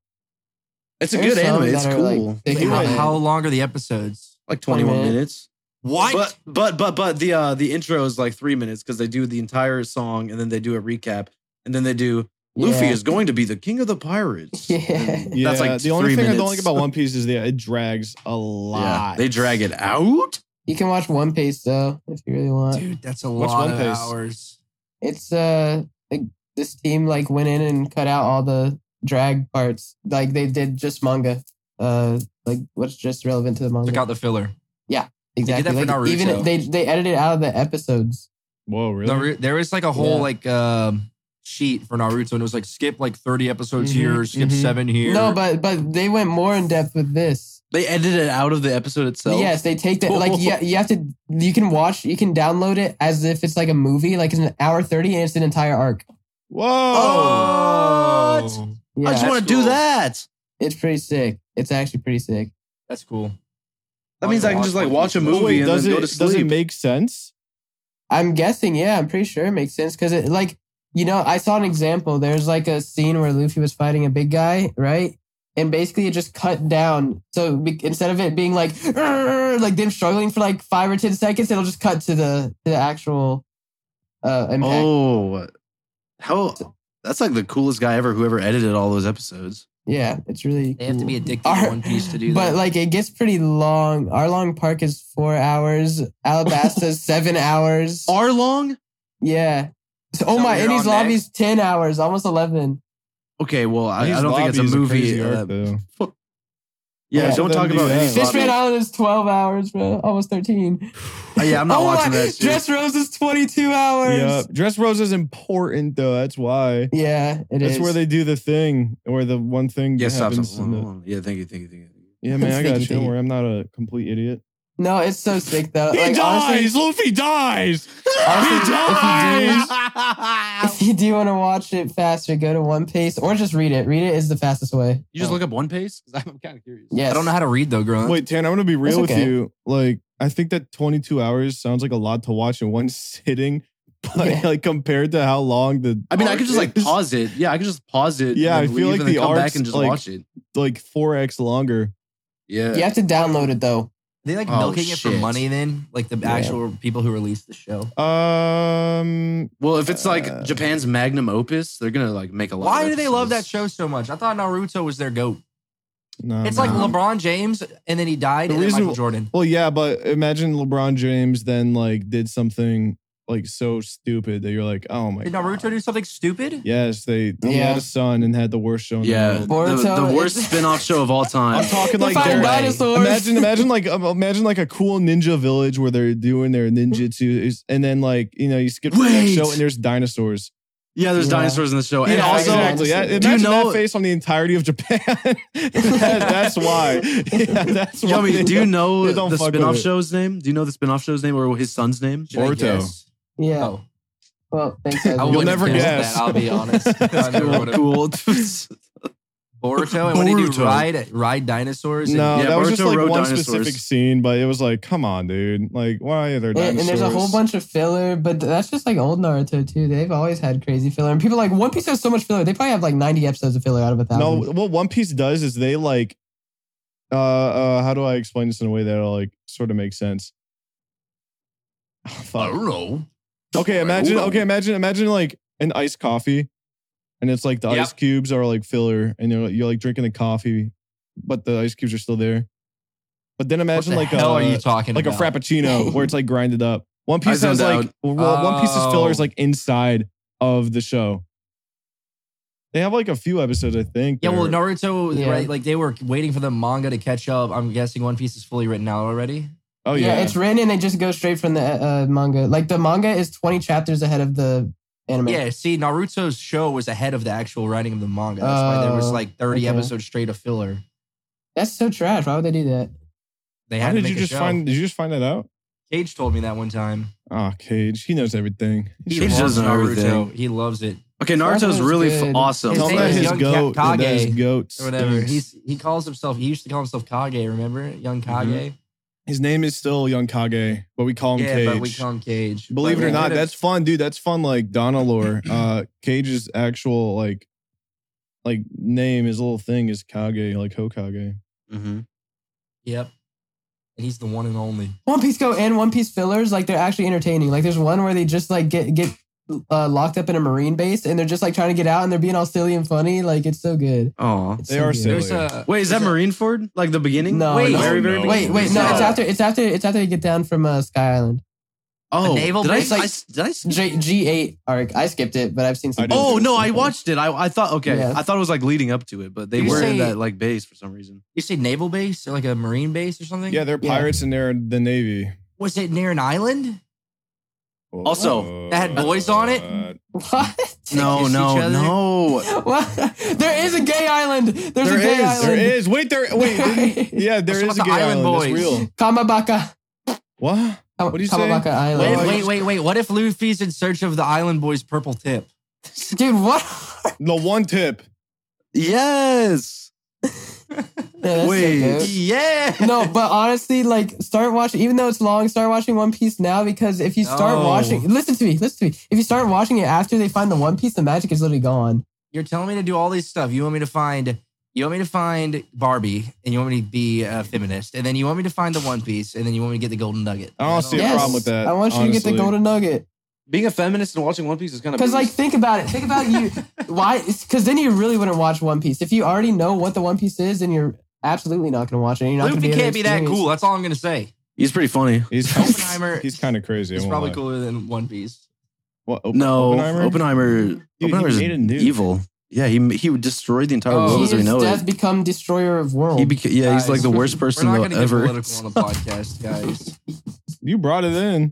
Speaker 2: It's a
Speaker 1: There's
Speaker 2: good
Speaker 1: some
Speaker 2: anime. It's
Speaker 1: that are, like,
Speaker 2: cool.
Speaker 1: they
Speaker 4: Like,
Speaker 1: have
Speaker 3: How,
Speaker 4: Yeah.
Speaker 1: it.
Speaker 3: how long are the episodes?
Speaker 2: Like 21
Speaker 1: minutes.
Speaker 2: minutes.
Speaker 3: What?
Speaker 2: But but but but the uh the intro is like three minutes because they do the entire song and then they do a recap and then they do Luffy
Speaker 1: Yeah.
Speaker 2: is going to be the king of the pirates.
Speaker 1: Yeah.
Speaker 2: And
Speaker 4: Yeah,
Speaker 2: that's like
Speaker 4: the only
Speaker 2: three
Speaker 4: thing
Speaker 2: minutes.
Speaker 4: I don't like about One Piece is that it drags a
Speaker 2: yeah,
Speaker 4: lot.
Speaker 2: they drag it out.
Speaker 1: You can watch One Piece though if you really want.
Speaker 3: Dude, that's a
Speaker 4: What's
Speaker 3: lot
Speaker 4: One
Speaker 3: of
Speaker 4: Piece?
Speaker 3: hours.
Speaker 1: It's uh like, this team like went in and cut out all the drag parts. Like they did just manga. Uh like what's just relevant to the manga.
Speaker 3: Took out the filler.
Speaker 1: exactly.
Speaker 3: that for
Speaker 1: like, even
Speaker 3: Naruto.
Speaker 1: they they edited out of the episodes.
Speaker 4: Whoa, really?
Speaker 3: Naru- there was like a whole
Speaker 1: Yeah.
Speaker 3: like um sheet for Naruto, and it was like skip like 30 episodes
Speaker 1: Mhm,
Speaker 3: here, skip
Speaker 4: mhm.
Speaker 3: seven here.
Speaker 1: No, but but they went more in depth with this.
Speaker 2: They edit it out of the episode itself.
Speaker 1: Yes, they take that. Like you, you have to. You can watch. You can download it as if it's like a movie. Like it's an hour thirty, and it's an entire arc.
Speaker 4: Whoa!
Speaker 3: Oh,
Speaker 1: Yeah,
Speaker 2: I just want to
Speaker 3: That's
Speaker 2: do
Speaker 3: cool.
Speaker 2: that.
Speaker 1: it's pretty sick. It's actually pretty sick.
Speaker 3: that's cool.
Speaker 2: That means I can just like watch a
Speaker 4: Oh,
Speaker 2: movie
Speaker 4: wait,
Speaker 2: and
Speaker 4: does
Speaker 2: then
Speaker 4: it
Speaker 2: go to
Speaker 4: does it
Speaker 2: sleep.
Speaker 4: make sense?
Speaker 1: I'm guessing. Yeah, I'm pretty sure it makes sense because it like you know I saw an example. There's like a scene where Luffy was fighting a big guy, right? And basically, it just cut down. So be- instead of it being like "Arr," like them struggling for like five or ten seconds, it'll just cut to the to the actual uh, impact.
Speaker 2: oh, how that's like the coolest guy ever. Whoever edited all those episodes.
Speaker 1: Yeah, it's really.
Speaker 3: They have to be addicted
Speaker 1: Our-
Speaker 3: to One Piece to do
Speaker 1: But
Speaker 3: that.
Speaker 1: like it gets pretty long. Arlong Park is four hours. Alabasta's seven hours.
Speaker 2: Are long?
Speaker 1: Yeah. So- oh
Speaker 3: So
Speaker 1: my,
Speaker 3: we're
Speaker 1: Innie's
Speaker 3: on
Speaker 1: Lobby's ten hours, almost eleven.
Speaker 2: Okay, well I,
Speaker 4: His
Speaker 2: I don't think it's a
Speaker 4: lobby is
Speaker 2: movie.
Speaker 4: crazy
Speaker 2: uh,
Speaker 4: arc, though.
Speaker 2: yeah,
Speaker 1: Yeah.
Speaker 2: don't talk
Speaker 4: Then do
Speaker 2: about
Speaker 4: that.
Speaker 2: Eddie's
Speaker 1: Fishman
Speaker 2: Lobby.
Speaker 1: Island is twelve hours, bro. Almost thirteen.
Speaker 2: Uh, yeah, I'm not
Speaker 1: oh
Speaker 2: watching
Speaker 1: my,
Speaker 2: that. shit.
Speaker 1: Dress Rose is twenty-two hours.
Speaker 4: Yeah, dress rose is important though. That's why.
Speaker 1: Yeah, it
Speaker 4: That's
Speaker 1: is.
Speaker 4: where they do the thing, where the one thing
Speaker 2: Yeah, stop.
Speaker 4: happens.
Speaker 2: stop.
Speaker 4: in the-
Speaker 2: Yeah, thank you, thank you, thank you.
Speaker 4: yeah, man, I
Speaker 1: Thank
Speaker 4: got
Speaker 1: you,
Speaker 4: you.
Speaker 1: thank
Speaker 4: Don't
Speaker 1: you.
Speaker 4: worry, I'm not a complete idiot.
Speaker 1: No, it's so sick though. like honestly,
Speaker 4: Luffy dies.
Speaker 1: honestly, if you do-
Speaker 2: you
Speaker 1: if you do want to watch it faster, go to One Piece or just read it. Read it is the fastest way.
Speaker 2: just look up One Piece? 'Cause I'm kind of curious.
Speaker 1: Yes.
Speaker 3: I don't know how to read though, girl.
Speaker 4: Wait, Tan, I'm gonna be real
Speaker 1: That's okay.
Speaker 4: with you. Like, I think that 22 hours sounds like a lot to watch in one sitting, but
Speaker 1: Yeah.
Speaker 4: like compared to how long the
Speaker 2: I mean, I could just like
Speaker 4: arc is,
Speaker 2: pause it. Yeah, I could just pause it.
Speaker 4: Yeah,
Speaker 2: and
Speaker 4: I
Speaker 2: then leave
Speaker 4: feel like
Speaker 2: and then
Speaker 4: the
Speaker 2: come back
Speaker 4: arc's,
Speaker 2: and just
Speaker 4: like-
Speaker 2: watch it.
Speaker 4: like four x longer.
Speaker 2: Yeah.
Speaker 1: You have to download it though.
Speaker 3: They like
Speaker 2: Oh,
Speaker 3: milking it for
Speaker 2: shit.
Speaker 3: money then, like the
Speaker 1: Yeah.
Speaker 3: actual people who released the show.
Speaker 4: Um,
Speaker 2: Well, if it's like
Speaker 4: Uh,
Speaker 2: Japan's magnum opus, they're gonna like make a lot.
Speaker 3: Why
Speaker 2: of
Speaker 3: do they love that
Speaker 2: episodes.
Speaker 3: show so much? I thought Naruto was their goat.
Speaker 4: no,
Speaker 3: It's
Speaker 4: Oh, no.
Speaker 3: like LeBron James, and then he died,
Speaker 4: The
Speaker 3: and then
Speaker 4: reason-
Speaker 3: Michael Jordan.
Speaker 4: Well, yeah, but imagine LeBron James then like did something like so stupid that you're like, oh my.
Speaker 3: Did Naruto
Speaker 4: God.
Speaker 3: do something stupid?
Speaker 4: Yes, they he
Speaker 1: Yeah.
Speaker 4: had a son and had the worst show. In
Speaker 2: Yeah,
Speaker 4: the
Speaker 2: the,
Speaker 4: world.
Speaker 1: Boruto
Speaker 2: the worst
Speaker 1: is-
Speaker 2: spin-off show of all time.
Speaker 4: I'm talking
Speaker 1: The
Speaker 4: like
Speaker 1: five
Speaker 4: they're-
Speaker 1: dinosaurs.
Speaker 4: Imagine, imagine like um, imagine like a cool ninja village where they're doing their ninjutsu, and then like you know you skip to the next
Speaker 2: Wait.
Speaker 4: show and there's dinosaurs.
Speaker 2: yeah, there's
Speaker 1: Yeah.
Speaker 2: dinosaurs in the show, and
Speaker 1: Yeah,
Speaker 2: also
Speaker 4: exactly. Yeah,
Speaker 1: Do you
Speaker 4: imagine
Speaker 2: know-
Speaker 4: that face on the entirety of Japan. That- that's why. Yeah, that's why.
Speaker 2: Yummy, do you know
Speaker 4: They don't
Speaker 2: the
Speaker 4: fuck with
Speaker 2: spin-off
Speaker 4: it.
Speaker 2: show's name? Do you know the spin-off show's name or his son's name?
Speaker 3: Should I
Speaker 4: Boruto.
Speaker 3: guess?
Speaker 1: Yeah.
Speaker 3: Oh,
Speaker 1: Well, thanks.
Speaker 3: I
Speaker 1: Ezra.
Speaker 3: wouldn't
Speaker 4: never
Speaker 3: have guessed
Speaker 4: guess.
Speaker 3: That, I'll be honest. I never
Speaker 2: Cool,
Speaker 3: would've.
Speaker 2: cool.
Speaker 3: Boruto. And what did he do?
Speaker 2: Boruto.
Speaker 3: Ride, ride dinosaurs. and-
Speaker 4: No,
Speaker 2: Yeah,
Speaker 4: that was just
Speaker 2: Boruto
Speaker 4: like
Speaker 2: rode
Speaker 4: one
Speaker 2: dinosaurs.
Speaker 4: specific scene, but it was like, come on, dude. Like, why are there
Speaker 1: And,
Speaker 4: dinosaurs?
Speaker 1: and there's a whole bunch of filler, but that's just like old Naruto too. They've always had crazy filler, and people are like One Piece has so much filler. They probably have like 90 episodes of filler out of a
Speaker 4: No,
Speaker 1: thousand.
Speaker 4: what One Piece does is they like, uh, uh, how do I explain this in a way that'll like sort of make sense? Fuck.
Speaker 2: know.
Speaker 4: Okay, imagine. Okay, imagine. Imagine like an iced coffee, and it's like the
Speaker 3: Yep.
Speaker 4: ice cubes are like filler, and you're you're like drinking the coffee, but the ice cubes are still there. But then
Speaker 3: What
Speaker 4: imagine
Speaker 3: the
Speaker 4: like uh,
Speaker 3: hell are
Speaker 4: a
Speaker 3: you talking
Speaker 4: like a
Speaker 3: about?
Speaker 4: frappuccino where it's like grinded up. One Piece
Speaker 2: zoned
Speaker 4: has like
Speaker 2: out.
Speaker 4: well, One Piece's filler is
Speaker 3: Oh.
Speaker 4: like inside of the show. They have like a few episodes, I think.
Speaker 3: Yeah, well,
Speaker 4: they're-
Speaker 3: Naruto,
Speaker 1: Yeah.
Speaker 3: right? Like they were waiting for the manga to catch up. I'm guessing One Piece is fully written out already.
Speaker 4: Oh
Speaker 1: yeah.
Speaker 4: yeah,
Speaker 1: it's written and it just goes straight from the uh, manga. Like the manga is 20 chapters ahead of the anime.
Speaker 3: Yeah, see, Naruto's show was ahead of the actual writing of the manga. That's why there was
Speaker 1: Oh,
Speaker 3: like 30
Speaker 1: okay.
Speaker 3: episodes straight of filler.
Speaker 1: That's so trash. Why would they do that?
Speaker 3: They
Speaker 4: How
Speaker 3: had to
Speaker 4: did
Speaker 3: make
Speaker 4: you
Speaker 3: a
Speaker 4: just
Speaker 3: show.
Speaker 4: find? Did you just find that out?
Speaker 3: Cage told me that one time.
Speaker 4: Ah, Cage. He knows everything.
Speaker 3: He
Speaker 2: Cage
Speaker 3: loves
Speaker 2: doesn't know
Speaker 3: Naruto.
Speaker 2: everything.
Speaker 3: He loves it.
Speaker 2: Okay,
Speaker 1: Naruto's
Speaker 2: Naruto's really
Speaker 1: good.
Speaker 2: f- awesome.
Speaker 3: His
Speaker 4: Call
Speaker 3: name
Speaker 4: that
Speaker 3: is
Speaker 4: his
Speaker 3: Young
Speaker 4: goat.
Speaker 3: Ka-
Speaker 4: That his
Speaker 3: Kage
Speaker 4: goat.
Speaker 3: Or whatever.
Speaker 4: stinks.
Speaker 3: He's he calls himself he used to call himself Kage, remember? Young Kage.
Speaker 4: Mm-hmm. His name is still Young Kage, but we call him
Speaker 3: yeah,
Speaker 4: Cage.
Speaker 3: but we call him Cage.
Speaker 4: Believe
Speaker 3: But
Speaker 4: it or
Speaker 3: we
Speaker 4: not,
Speaker 3: could've-
Speaker 4: that's fun, dude. That's fun. Like Donna lore. Uh, Cage's actual like, like name, his little thing is Kage, like Hokage.
Speaker 2: hmm
Speaker 3: Yep. And he's the one and only.
Speaker 1: One Piece Go and One Piece fillers, like they're actually entertaining. Like there's one where they just like get get uh, locked up in a marine base and they're just like trying to get out and they're being all silly and funny. Like it's so good.
Speaker 2: Oh,
Speaker 1: It's
Speaker 4: They
Speaker 1: so
Speaker 4: are
Speaker 1: good.
Speaker 4: silly.
Speaker 3: There's a
Speaker 2: wait, is that
Speaker 3: there's a-
Speaker 2: Marineford? Like the beginning?
Speaker 1: No,
Speaker 2: wait,
Speaker 1: no.
Speaker 2: very, very
Speaker 4: No.
Speaker 1: Wait,
Speaker 2: beginning?
Speaker 1: wait, no,
Speaker 2: Oh.
Speaker 1: it's after it's after it's after they get down from uh, Sky Island.
Speaker 2: Oh,
Speaker 3: A naval
Speaker 2: did I,
Speaker 3: base?
Speaker 2: I s- did I s-
Speaker 1: J- G8 arc. I skipped it, but I've seen some.
Speaker 4: I did.
Speaker 2: Oh no, I watched it. I, I thought okay,
Speaker 1: Yeah.
Speaker 2: I thought it was like leading up to it, but they
Speaker 3: You
Speaker 2: were
Speaker 3: say-
Speaker 2: in that like base for some reason.
Speaker 3: you say naval base or like a marine base or something?
Speaker 4: Yeah, they're
Speaker 1: Yeah.
Speaker 4: pirates and they're the navy.
Speaker 3: Was it near an island?
Speaker 2: Also,
Speaker 3: that had boys on it?
Speaker 4: Uh,
Speaker 1: What?
Speaker 2: No,
Speaker 3: kiss each
Speaker 2: no,
Speaker 3: other?
Speaker 2: no.
Speaker 1: what? There is a gay island. There's
Speaker 4: there
Speaker 1: a gay
Speaker 4: is, there
Speaker 1: island.
Speaker 4: is. Wait, there. Wait, didn't- yeah, there
Speaker 3: What's
Speaker 4: is a
Speaker 3: about
Speaker 4: gay
Speaker 3: the Island
Speaker 4: island.
Speaker 3: Boys?
Speaker 4: That's real.
Speaker 1: Kamabaka.
Speaker 4: What?
Speaker 1: What
Speaker 4: do you say?
Speaker 1: Kamabaka
Speaker 3: Wait,
Speaker 1: Island.
Speaker 4: Oh,
Speaker 3: wait, wait, wait. What if Luffy's in search of the Island Boy's purple tip?
Speaker 1: Dude, what?
Speaker 4: The one tip.
Speaker 2: Yes.
Speaker 1: Yeah, that's so
Speaker 2: Wait.
Speaker 1: good.
Speaker 3: Yeah.
Speaker 1: no, but honestly, like start watching. Even though it's long, start watching One Piece now because if you start
Speaker 3: No.
Speaker 1: watching, listen to me, listen to me. If you start watching it after they find the One Piece, the magic is literally gone.
Speaker 3: You're telling me to do all this stuff. You want me to find you want me to find Barbie and you want me to be a feminist. And then you want me to find the One Piece and then you want me to get the golden nugget.
Speaker 4: I don't see a
Speaker 1: Yes,
Speaker 4: problem with that.
Speaker 1: I want you to get the
Speaker 4: honestly.
Speaker 1: golden nugget
Speaker 2: Being a feminist and watching One Piece is kind of
Speaker 1: because, like, think about it. Think about you. Why? Because then you really wouldn't watch One Piece if you already know what the One Piece is, then you're absolutely not going to watch it. You're not gonna
Speaker 3: Luffy
Speaker 1: in the
Speaker 3: can't be that
Speaker 1: experience.
Speaker 3: cool. That's all I'm gonna say.
Speaker 2: he's pretty funny.
Speaker 4: He's
Speaker 3: Oppenheimer-
Speaker 4: He's kind of crazy. I
Speaker 3: It's
Speaker 4: won't
Speaker 3: probably
Speaker 4: lie.
Speaker 3: cooler than One Piece.
Speaker 4: What, Op-
Speaker 2: No,
Speaker 4: Oppenheimer?
Speaker 2: Oppenheimer. Oppenheimer
Speaker 4: he
Speaker 2: Oppenheimer's
Speaker 4: made a nuke.
Speaker 2: evil. Yeah, he he would destroy the entire
Speaker 3: Oh.
Speaker 2: world
Speaker 1: Jesus,
Speaker 2: as we know
Speaker 1: death
Speaker 2: it.
Speaker 1: become destroyer of world.
Speaker 2: He beca- yeah, he's like the
Speaker 3: Guys,
Speaker 2: worst person
Speaker 3: We're
Speaker 2: to
Speaker 3: not gonna get
Speaker 2: ever.
Speaker 3: political on the podcast, guys.
Speaker 4: You brought it in.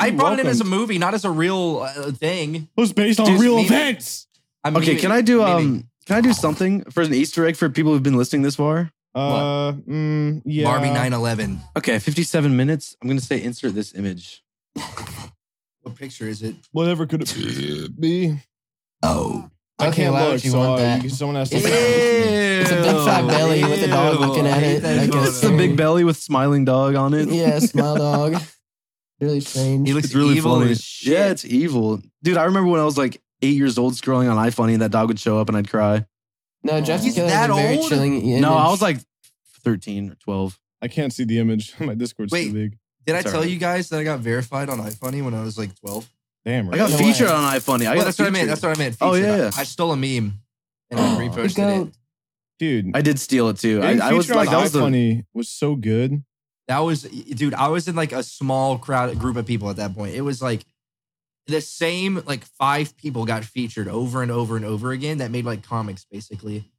Speaker 3: I
Speaker 4: You're
Speaker 3: brought it in
Speaker 4: welcome.
Speaker 3: as a movie, not as a real uh, thing.
Speaker 4: It was based on
Speaker 3: Dude,
Speaker 4: real
Speaker 3: maybe-
Speaker 4: events.
Speaker 3: I'm
Speaker 2: Okay,
Speaker 3: memeing.
Speaker 2: can I do
Speaker 3: Memeing.
Speaker 2: um? Can I do something for an Easter egg for people who've been listening this far?
Speaker 4: Uh, mm, yeah.
Speaker 3: Barbie 911?
Speaker 2: Okay, fifty-seven minutes. I'm gonna say insert this image.
Speaker 3: What picture is it?
Speaker 4: Whatever could it be?
Speaker 1: oh,
Speaker 4: I
Speaker 1: Okay,
Speaker 4: can't
Speaker 1: why would
Speaker 4: look.
Speaker 1: you
Speaker 4: so
Speaker 1: want
Speaker 4: uh,
Speaker 1: that?
Speaker 4: you- someone has
Speaker 3: Ew.
Speaker 4: to.
Speaker 1: It's a big fat belly with a dog
Speaker 3: Ew.
Speaker 1: looking
Speaker 3: I
Speaker 1: at
Speaker 3: hate
Speaker 1: it.
Speaker 3: that
Speaker 1: Like,
Speaker 3: photo.
Speaker 2: It's the big belly with smiling dog on it.
Speaker 1: yeah, smile dog. Really
Speaker 3: He
Speaker 1: strange.
Speaker 3: looks
Speaker 2: It's really
Speaker 3: evil
Speaker 2: funny.
Speaker 3: as shit.
Speaker 2: Yeah, it's evil, dude. I remember when I was like eight years old, scrolling on iFunny, and that dog would show up, and I'd cry.
Speaker 1: No, Jeff
Speaker 3: He's
Speaker 1: He's Killer is
Speaker 3: that
Speaker 1: a very
Speaker 3: old?
Speaker 1: chilling. Image.
Speaker 2: No, I was like thirteen or twelve.
Speaker 4: I can't see the image. My Discord's
Speaker 3: Wait.
Speaker 4: too big.
Speaker 3: Did I
Speaker 2: It's
Speaker 3: tell
Speaker 2: alright.
Speaker 3: you guys that I got verified on iFunny when I was like 12?
Speaker 4: Damn.
Speaker 2: I got
Speaker 1: No way.
Speaker 2: featured on iFunny. I
Speaker 3: Well,
Speaker 2: got
Speaker 3: that's what I meant.
Speaker 2: featured.
Speaker 3: That's what I meant.
Speaker 2: Oh,
Speaker 3: featured.
Speaker 2: yeah, yeah.
Speaker 3: I, I stole a meme and I
Speaker 2: Oh.
Speaker 3: reposted
Speaker 1: Go-
Speaker 3: it.
Speaker 4: dude.
Speaker 2: I did steal it too. I, I was like, that was the
Speaker 4: funny. Was so good.
Speaker 3: That was, dude, I was in like a small crowd group of people at that point. It was like the same, like five people got featured over and over and over again that made like comics basically.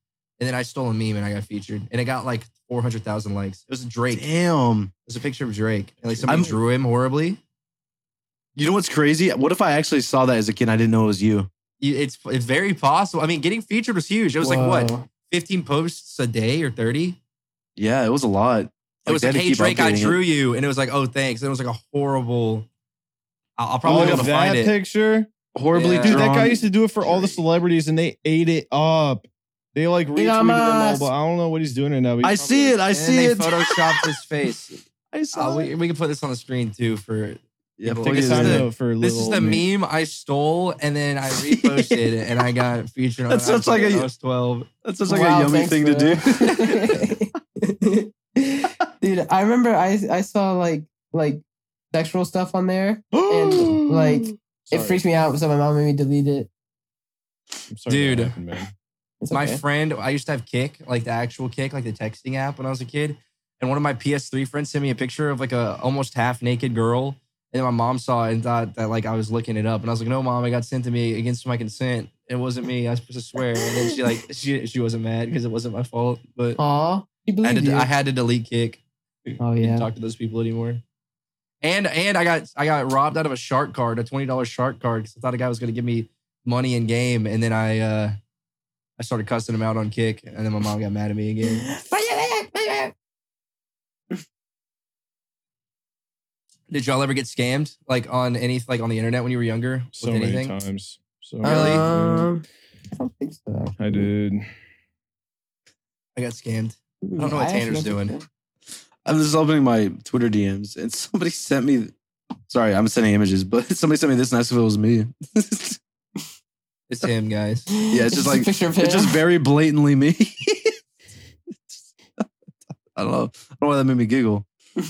Speaker 3: And then I stole a meme and I got featured and it got like 400,000 likes. It was Drake. It
Speaker 2: damn.
Speaker 3: was a picture of Drake. And like somebody
Speaker 2: I'm-
Speaker 3: drew him horribly.
Speaker 2: You know what's crazy? What if I actually saw that as a kid? and I didn't know it was you.
Speaker 3: You- It's, it's very possible. I mean, getting featured was huge. It was like what,
Speaker 1: Whoa.
Speaker 3: 15 posts a day or 30?
Speaker 2: Yeah, it was a lot.
Speaker 3: It was
Speaker 2: they
Speaker 3: like,
Speaker 2: had to
Speaker 3: hey
Speaker 2: keep
Speaker 3: Drake, I
Speaker 2: updating it.
Speaker 3: drew you, and it was like, oh thanks. And it was like a horrible. I'll, I'll probably
Speaker 4: Oh,
Speaker 3: be able to
Speaker 4: that
Speaker 3: find it.
Speaker 4: picture.
Speaker 2: horribly
Speaker 3: Yeah.
Speaker 4: Dude, that
Speaker 2: drawn.
Speaker 4: guy used to do it for all the
Speaker 3: Drake.
Speaker 4: celebrities, and they ate it up. They like retweeted them all,
Speaker 1: Digamos.
Speaker 4: but I don't know what he's doing right now. but he
Speaker 2: I see it. I
Speaker 3: and then
Speaker 2: see
Speaker 3: they
Speaker 2: it.
Speaker 3: photoshopped his face.
Speaker 2: I
Speaker 3: Uh,
Speaker 2: saw
Speaker 3: we, we can put this on the screen too. For
Speaker 2: Yeah,
Speaker 3: Take
Speaker 4: probably-
Speaker 2: plug
Speaker 4: Take
Speaker 2: it
Speaker 4: a time
Speaker 2: in.
Speaker 4: note for
Speaker 3: this
Speaker 4: little
Speaker 3: is the
Speaker 4: old me.
Speaker 3: meme I stole, and then I reposted, it, and I got featured on.
Speaker 2: That's such like
Speaker 3: iTunes when
Speaker 2: a-
Speaker 3: I was twelve.
Speaker 2: That's such like
Speaker 1: Wow,
Speaker 2: a yummy
Speaker 1: thanks
Speaker 2: thing
Speaker 1: for
Speaker 2: to do.
Speaker 1: that. Dude, I remember I I saw like like sexual stuff on there. and, like, It
Speaker 4: Sorry.
Speaker 1: freaked me out, so my mom made me delete it.
Speaker 4: I'm sorry that
Speaker 3: Dude.
Speaker 4: happened, man.
Speaker 1: It's
Speaker 3: My
Speaker 1: okay.
Speaker 3: friend, I used to have Kick, like the actual Kick, like the texting app when I was a kid. And one of my PS3 friends sent me a picture of like a almost half naked girl, And then my mom saw it and thought that like I was looking it up. And I was like, no, mom, it got sent to me against my consent. It wasn't me. I was supposed to swear. And then she like she she wasn't mad because it wasn't my fault. But
Speaker 1: Aw, you
Speaker 3: I had,
Speaker 1: believe
Speaker 3: to,
Speaker 1: you.
Speaker 3: I had to delete kick.
Speaker 1: Oh,
Speaker 3: Didn't
Speaker 1: yeah.
Speaker 3: talk to those people anymore. And and I got I got robbed out of a shark card, a twenty dollar shark card, because I thought a guy was going to give me money in game, and then I uh I started cussing him out on kick, and then my mom got mad at me again. Did y'all ever get scammed like on any like on the internet when you were younger?
Speaker 4: so
Speaker 3: with
Speaker 4: many
Speaker 3: anything?
Speaker 4: times. So
Speaker 3: Really?
Speaker 1: Um, I don't think so.
Speaker 4: I did.
Speaker 3: I got scammed. I don't know what
Speaker 1: actually
Speaker 3: Tanner's
Speaker 1: don't think
Speaker 3: doing.
Speaker 1: so.
Speaker 2: I'm just opening my Twitter DMs and somebody sent me. Sorry, I'm sending images, but somebody sent me this and asked if it was me. it's
Speaker 3: It's him, guys.
Speaker 2: Yeah, it's just
Speaker 1: a
Speaker 2: like-
Speaker 1: picture of him.
Speaker 2: just very blatantly me. I don't know. I don't know why that made me giggle.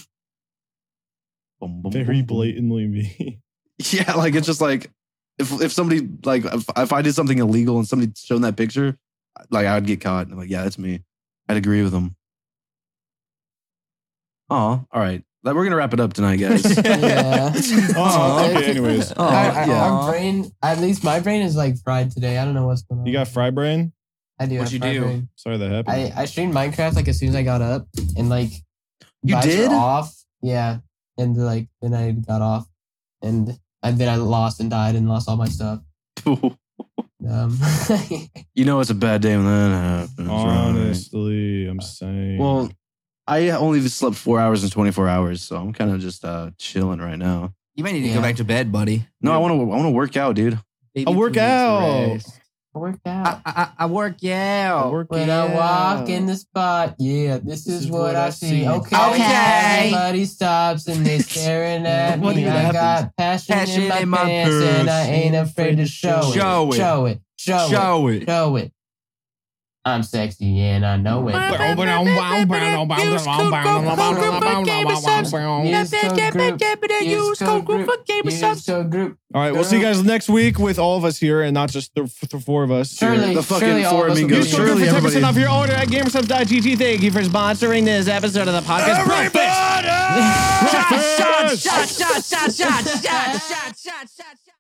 Speaker 2: Bum, bum,
Speaker 4: Very
Speaker 2: bum, bum.
Speaker 4: blatantly me.
Speaker 2: Yeah, like it's just like if if somebody like if, if I did something illegal and somebody shown that picture, like I would get caught. And I'm like, yeah, that's me. I'd agree with them. Oh, all right. Like, we're gonna wrap it up tonight, guys.
Speaker 1: yeah.
Speaker 4: Oh, okay. Anyways,
Speaker 2: Oh,
Speaker 1: Our- our-
Speaker 2: yeah.
Speaker 1: Our brain, at least my brain is like fried today. I don't know what's going on.
Speaker 4: you got fry brain.
Speaker 1: I do. have
Speaker 3: What'd you
Speaker 1: fried
Speaker 3: do?
Speaker 1: brain.
Speaker 4: Sorry that happened.
Speaker 1: I, I streamed Minecraft like as soon as I got up and like
Speaker 2: You
Speaker 1: vibes were
Speaker 2: did?
Speaker 1: off. Yeah. And like then I got off and, and then I lost and died and lost all my stuff. Um,
Speaker 2: you know it's a bad day when that happens. right?
Speaker 4: Honestly, I'm saying.
Speaker 2: Well, I only slept four hours and twenty four hours, so I'm kind of just uh chilling right now.
Speaker 3: You may need to
Speaker 1: Yeah.
Speaker 3: go back to bed, buddy.
Speaker 2: No, I want to. I want to work out, dude.
Speaker 3: Baby
Speaker 4: I work
Speaker 3: needs to
Speaker 4: out.
Speaker 3: rest.
Speaker 1: I worked
Speaker 3: I,
Speaker 1: out.
Speaker 3: I, I work out.
Speaker 4: Work
Speaker 1: When I
Speaker 4: out.
Speaker 1: walk in the spot, yeah, this, is, what, I see. Okay,
Speaker 3: Okay.
Speaker 1: Everybody stops and they staring at
Speaker 2: What
Speaker 1: me.
Speaker 2: even
Speaker 1: I
Speaker 2: happens?
Speaker 1: got passion,
Speaker 3: Passion
Speaker 1: in my,
Speaker 3: in my
Speaker 1: pants, and I
Speaker 4: purse.
Speaker 1: ain't afraid to show,
Speaker 3: Show
Speaker 1: it.
Speaker 3: it.
Speaker 1: Show it. Show, it.
Speaker 3: Show it.
Speaker 1: Show it. I'm sexy and I know it. Use code group. Use code group. Use code group.
Speaker 4: All right, we'll see you guys next week with all of us here and not just the, the four of us. here.
Speaker 1: Surely,
Speaker 2: The fucking
Speaker 1: surely all of us will be
Speaker 2: flamingos. Use
Speaker 4: Use
Speaker 1: here.
Speaker 4: code
Speaker 2: Surely
Speaker 4: GRUB for 10%
Speaker 2: everybody-
Speaker 4: off your order at gamersubs.gg. Thank you for sponsoring this episode of the podcast. Breakfast!
Speaker 3: Shot, shot,
Speaker 4: Breakfast!
Speaker 3: shot, shot, shot, shot, shot, shot, shot, shot.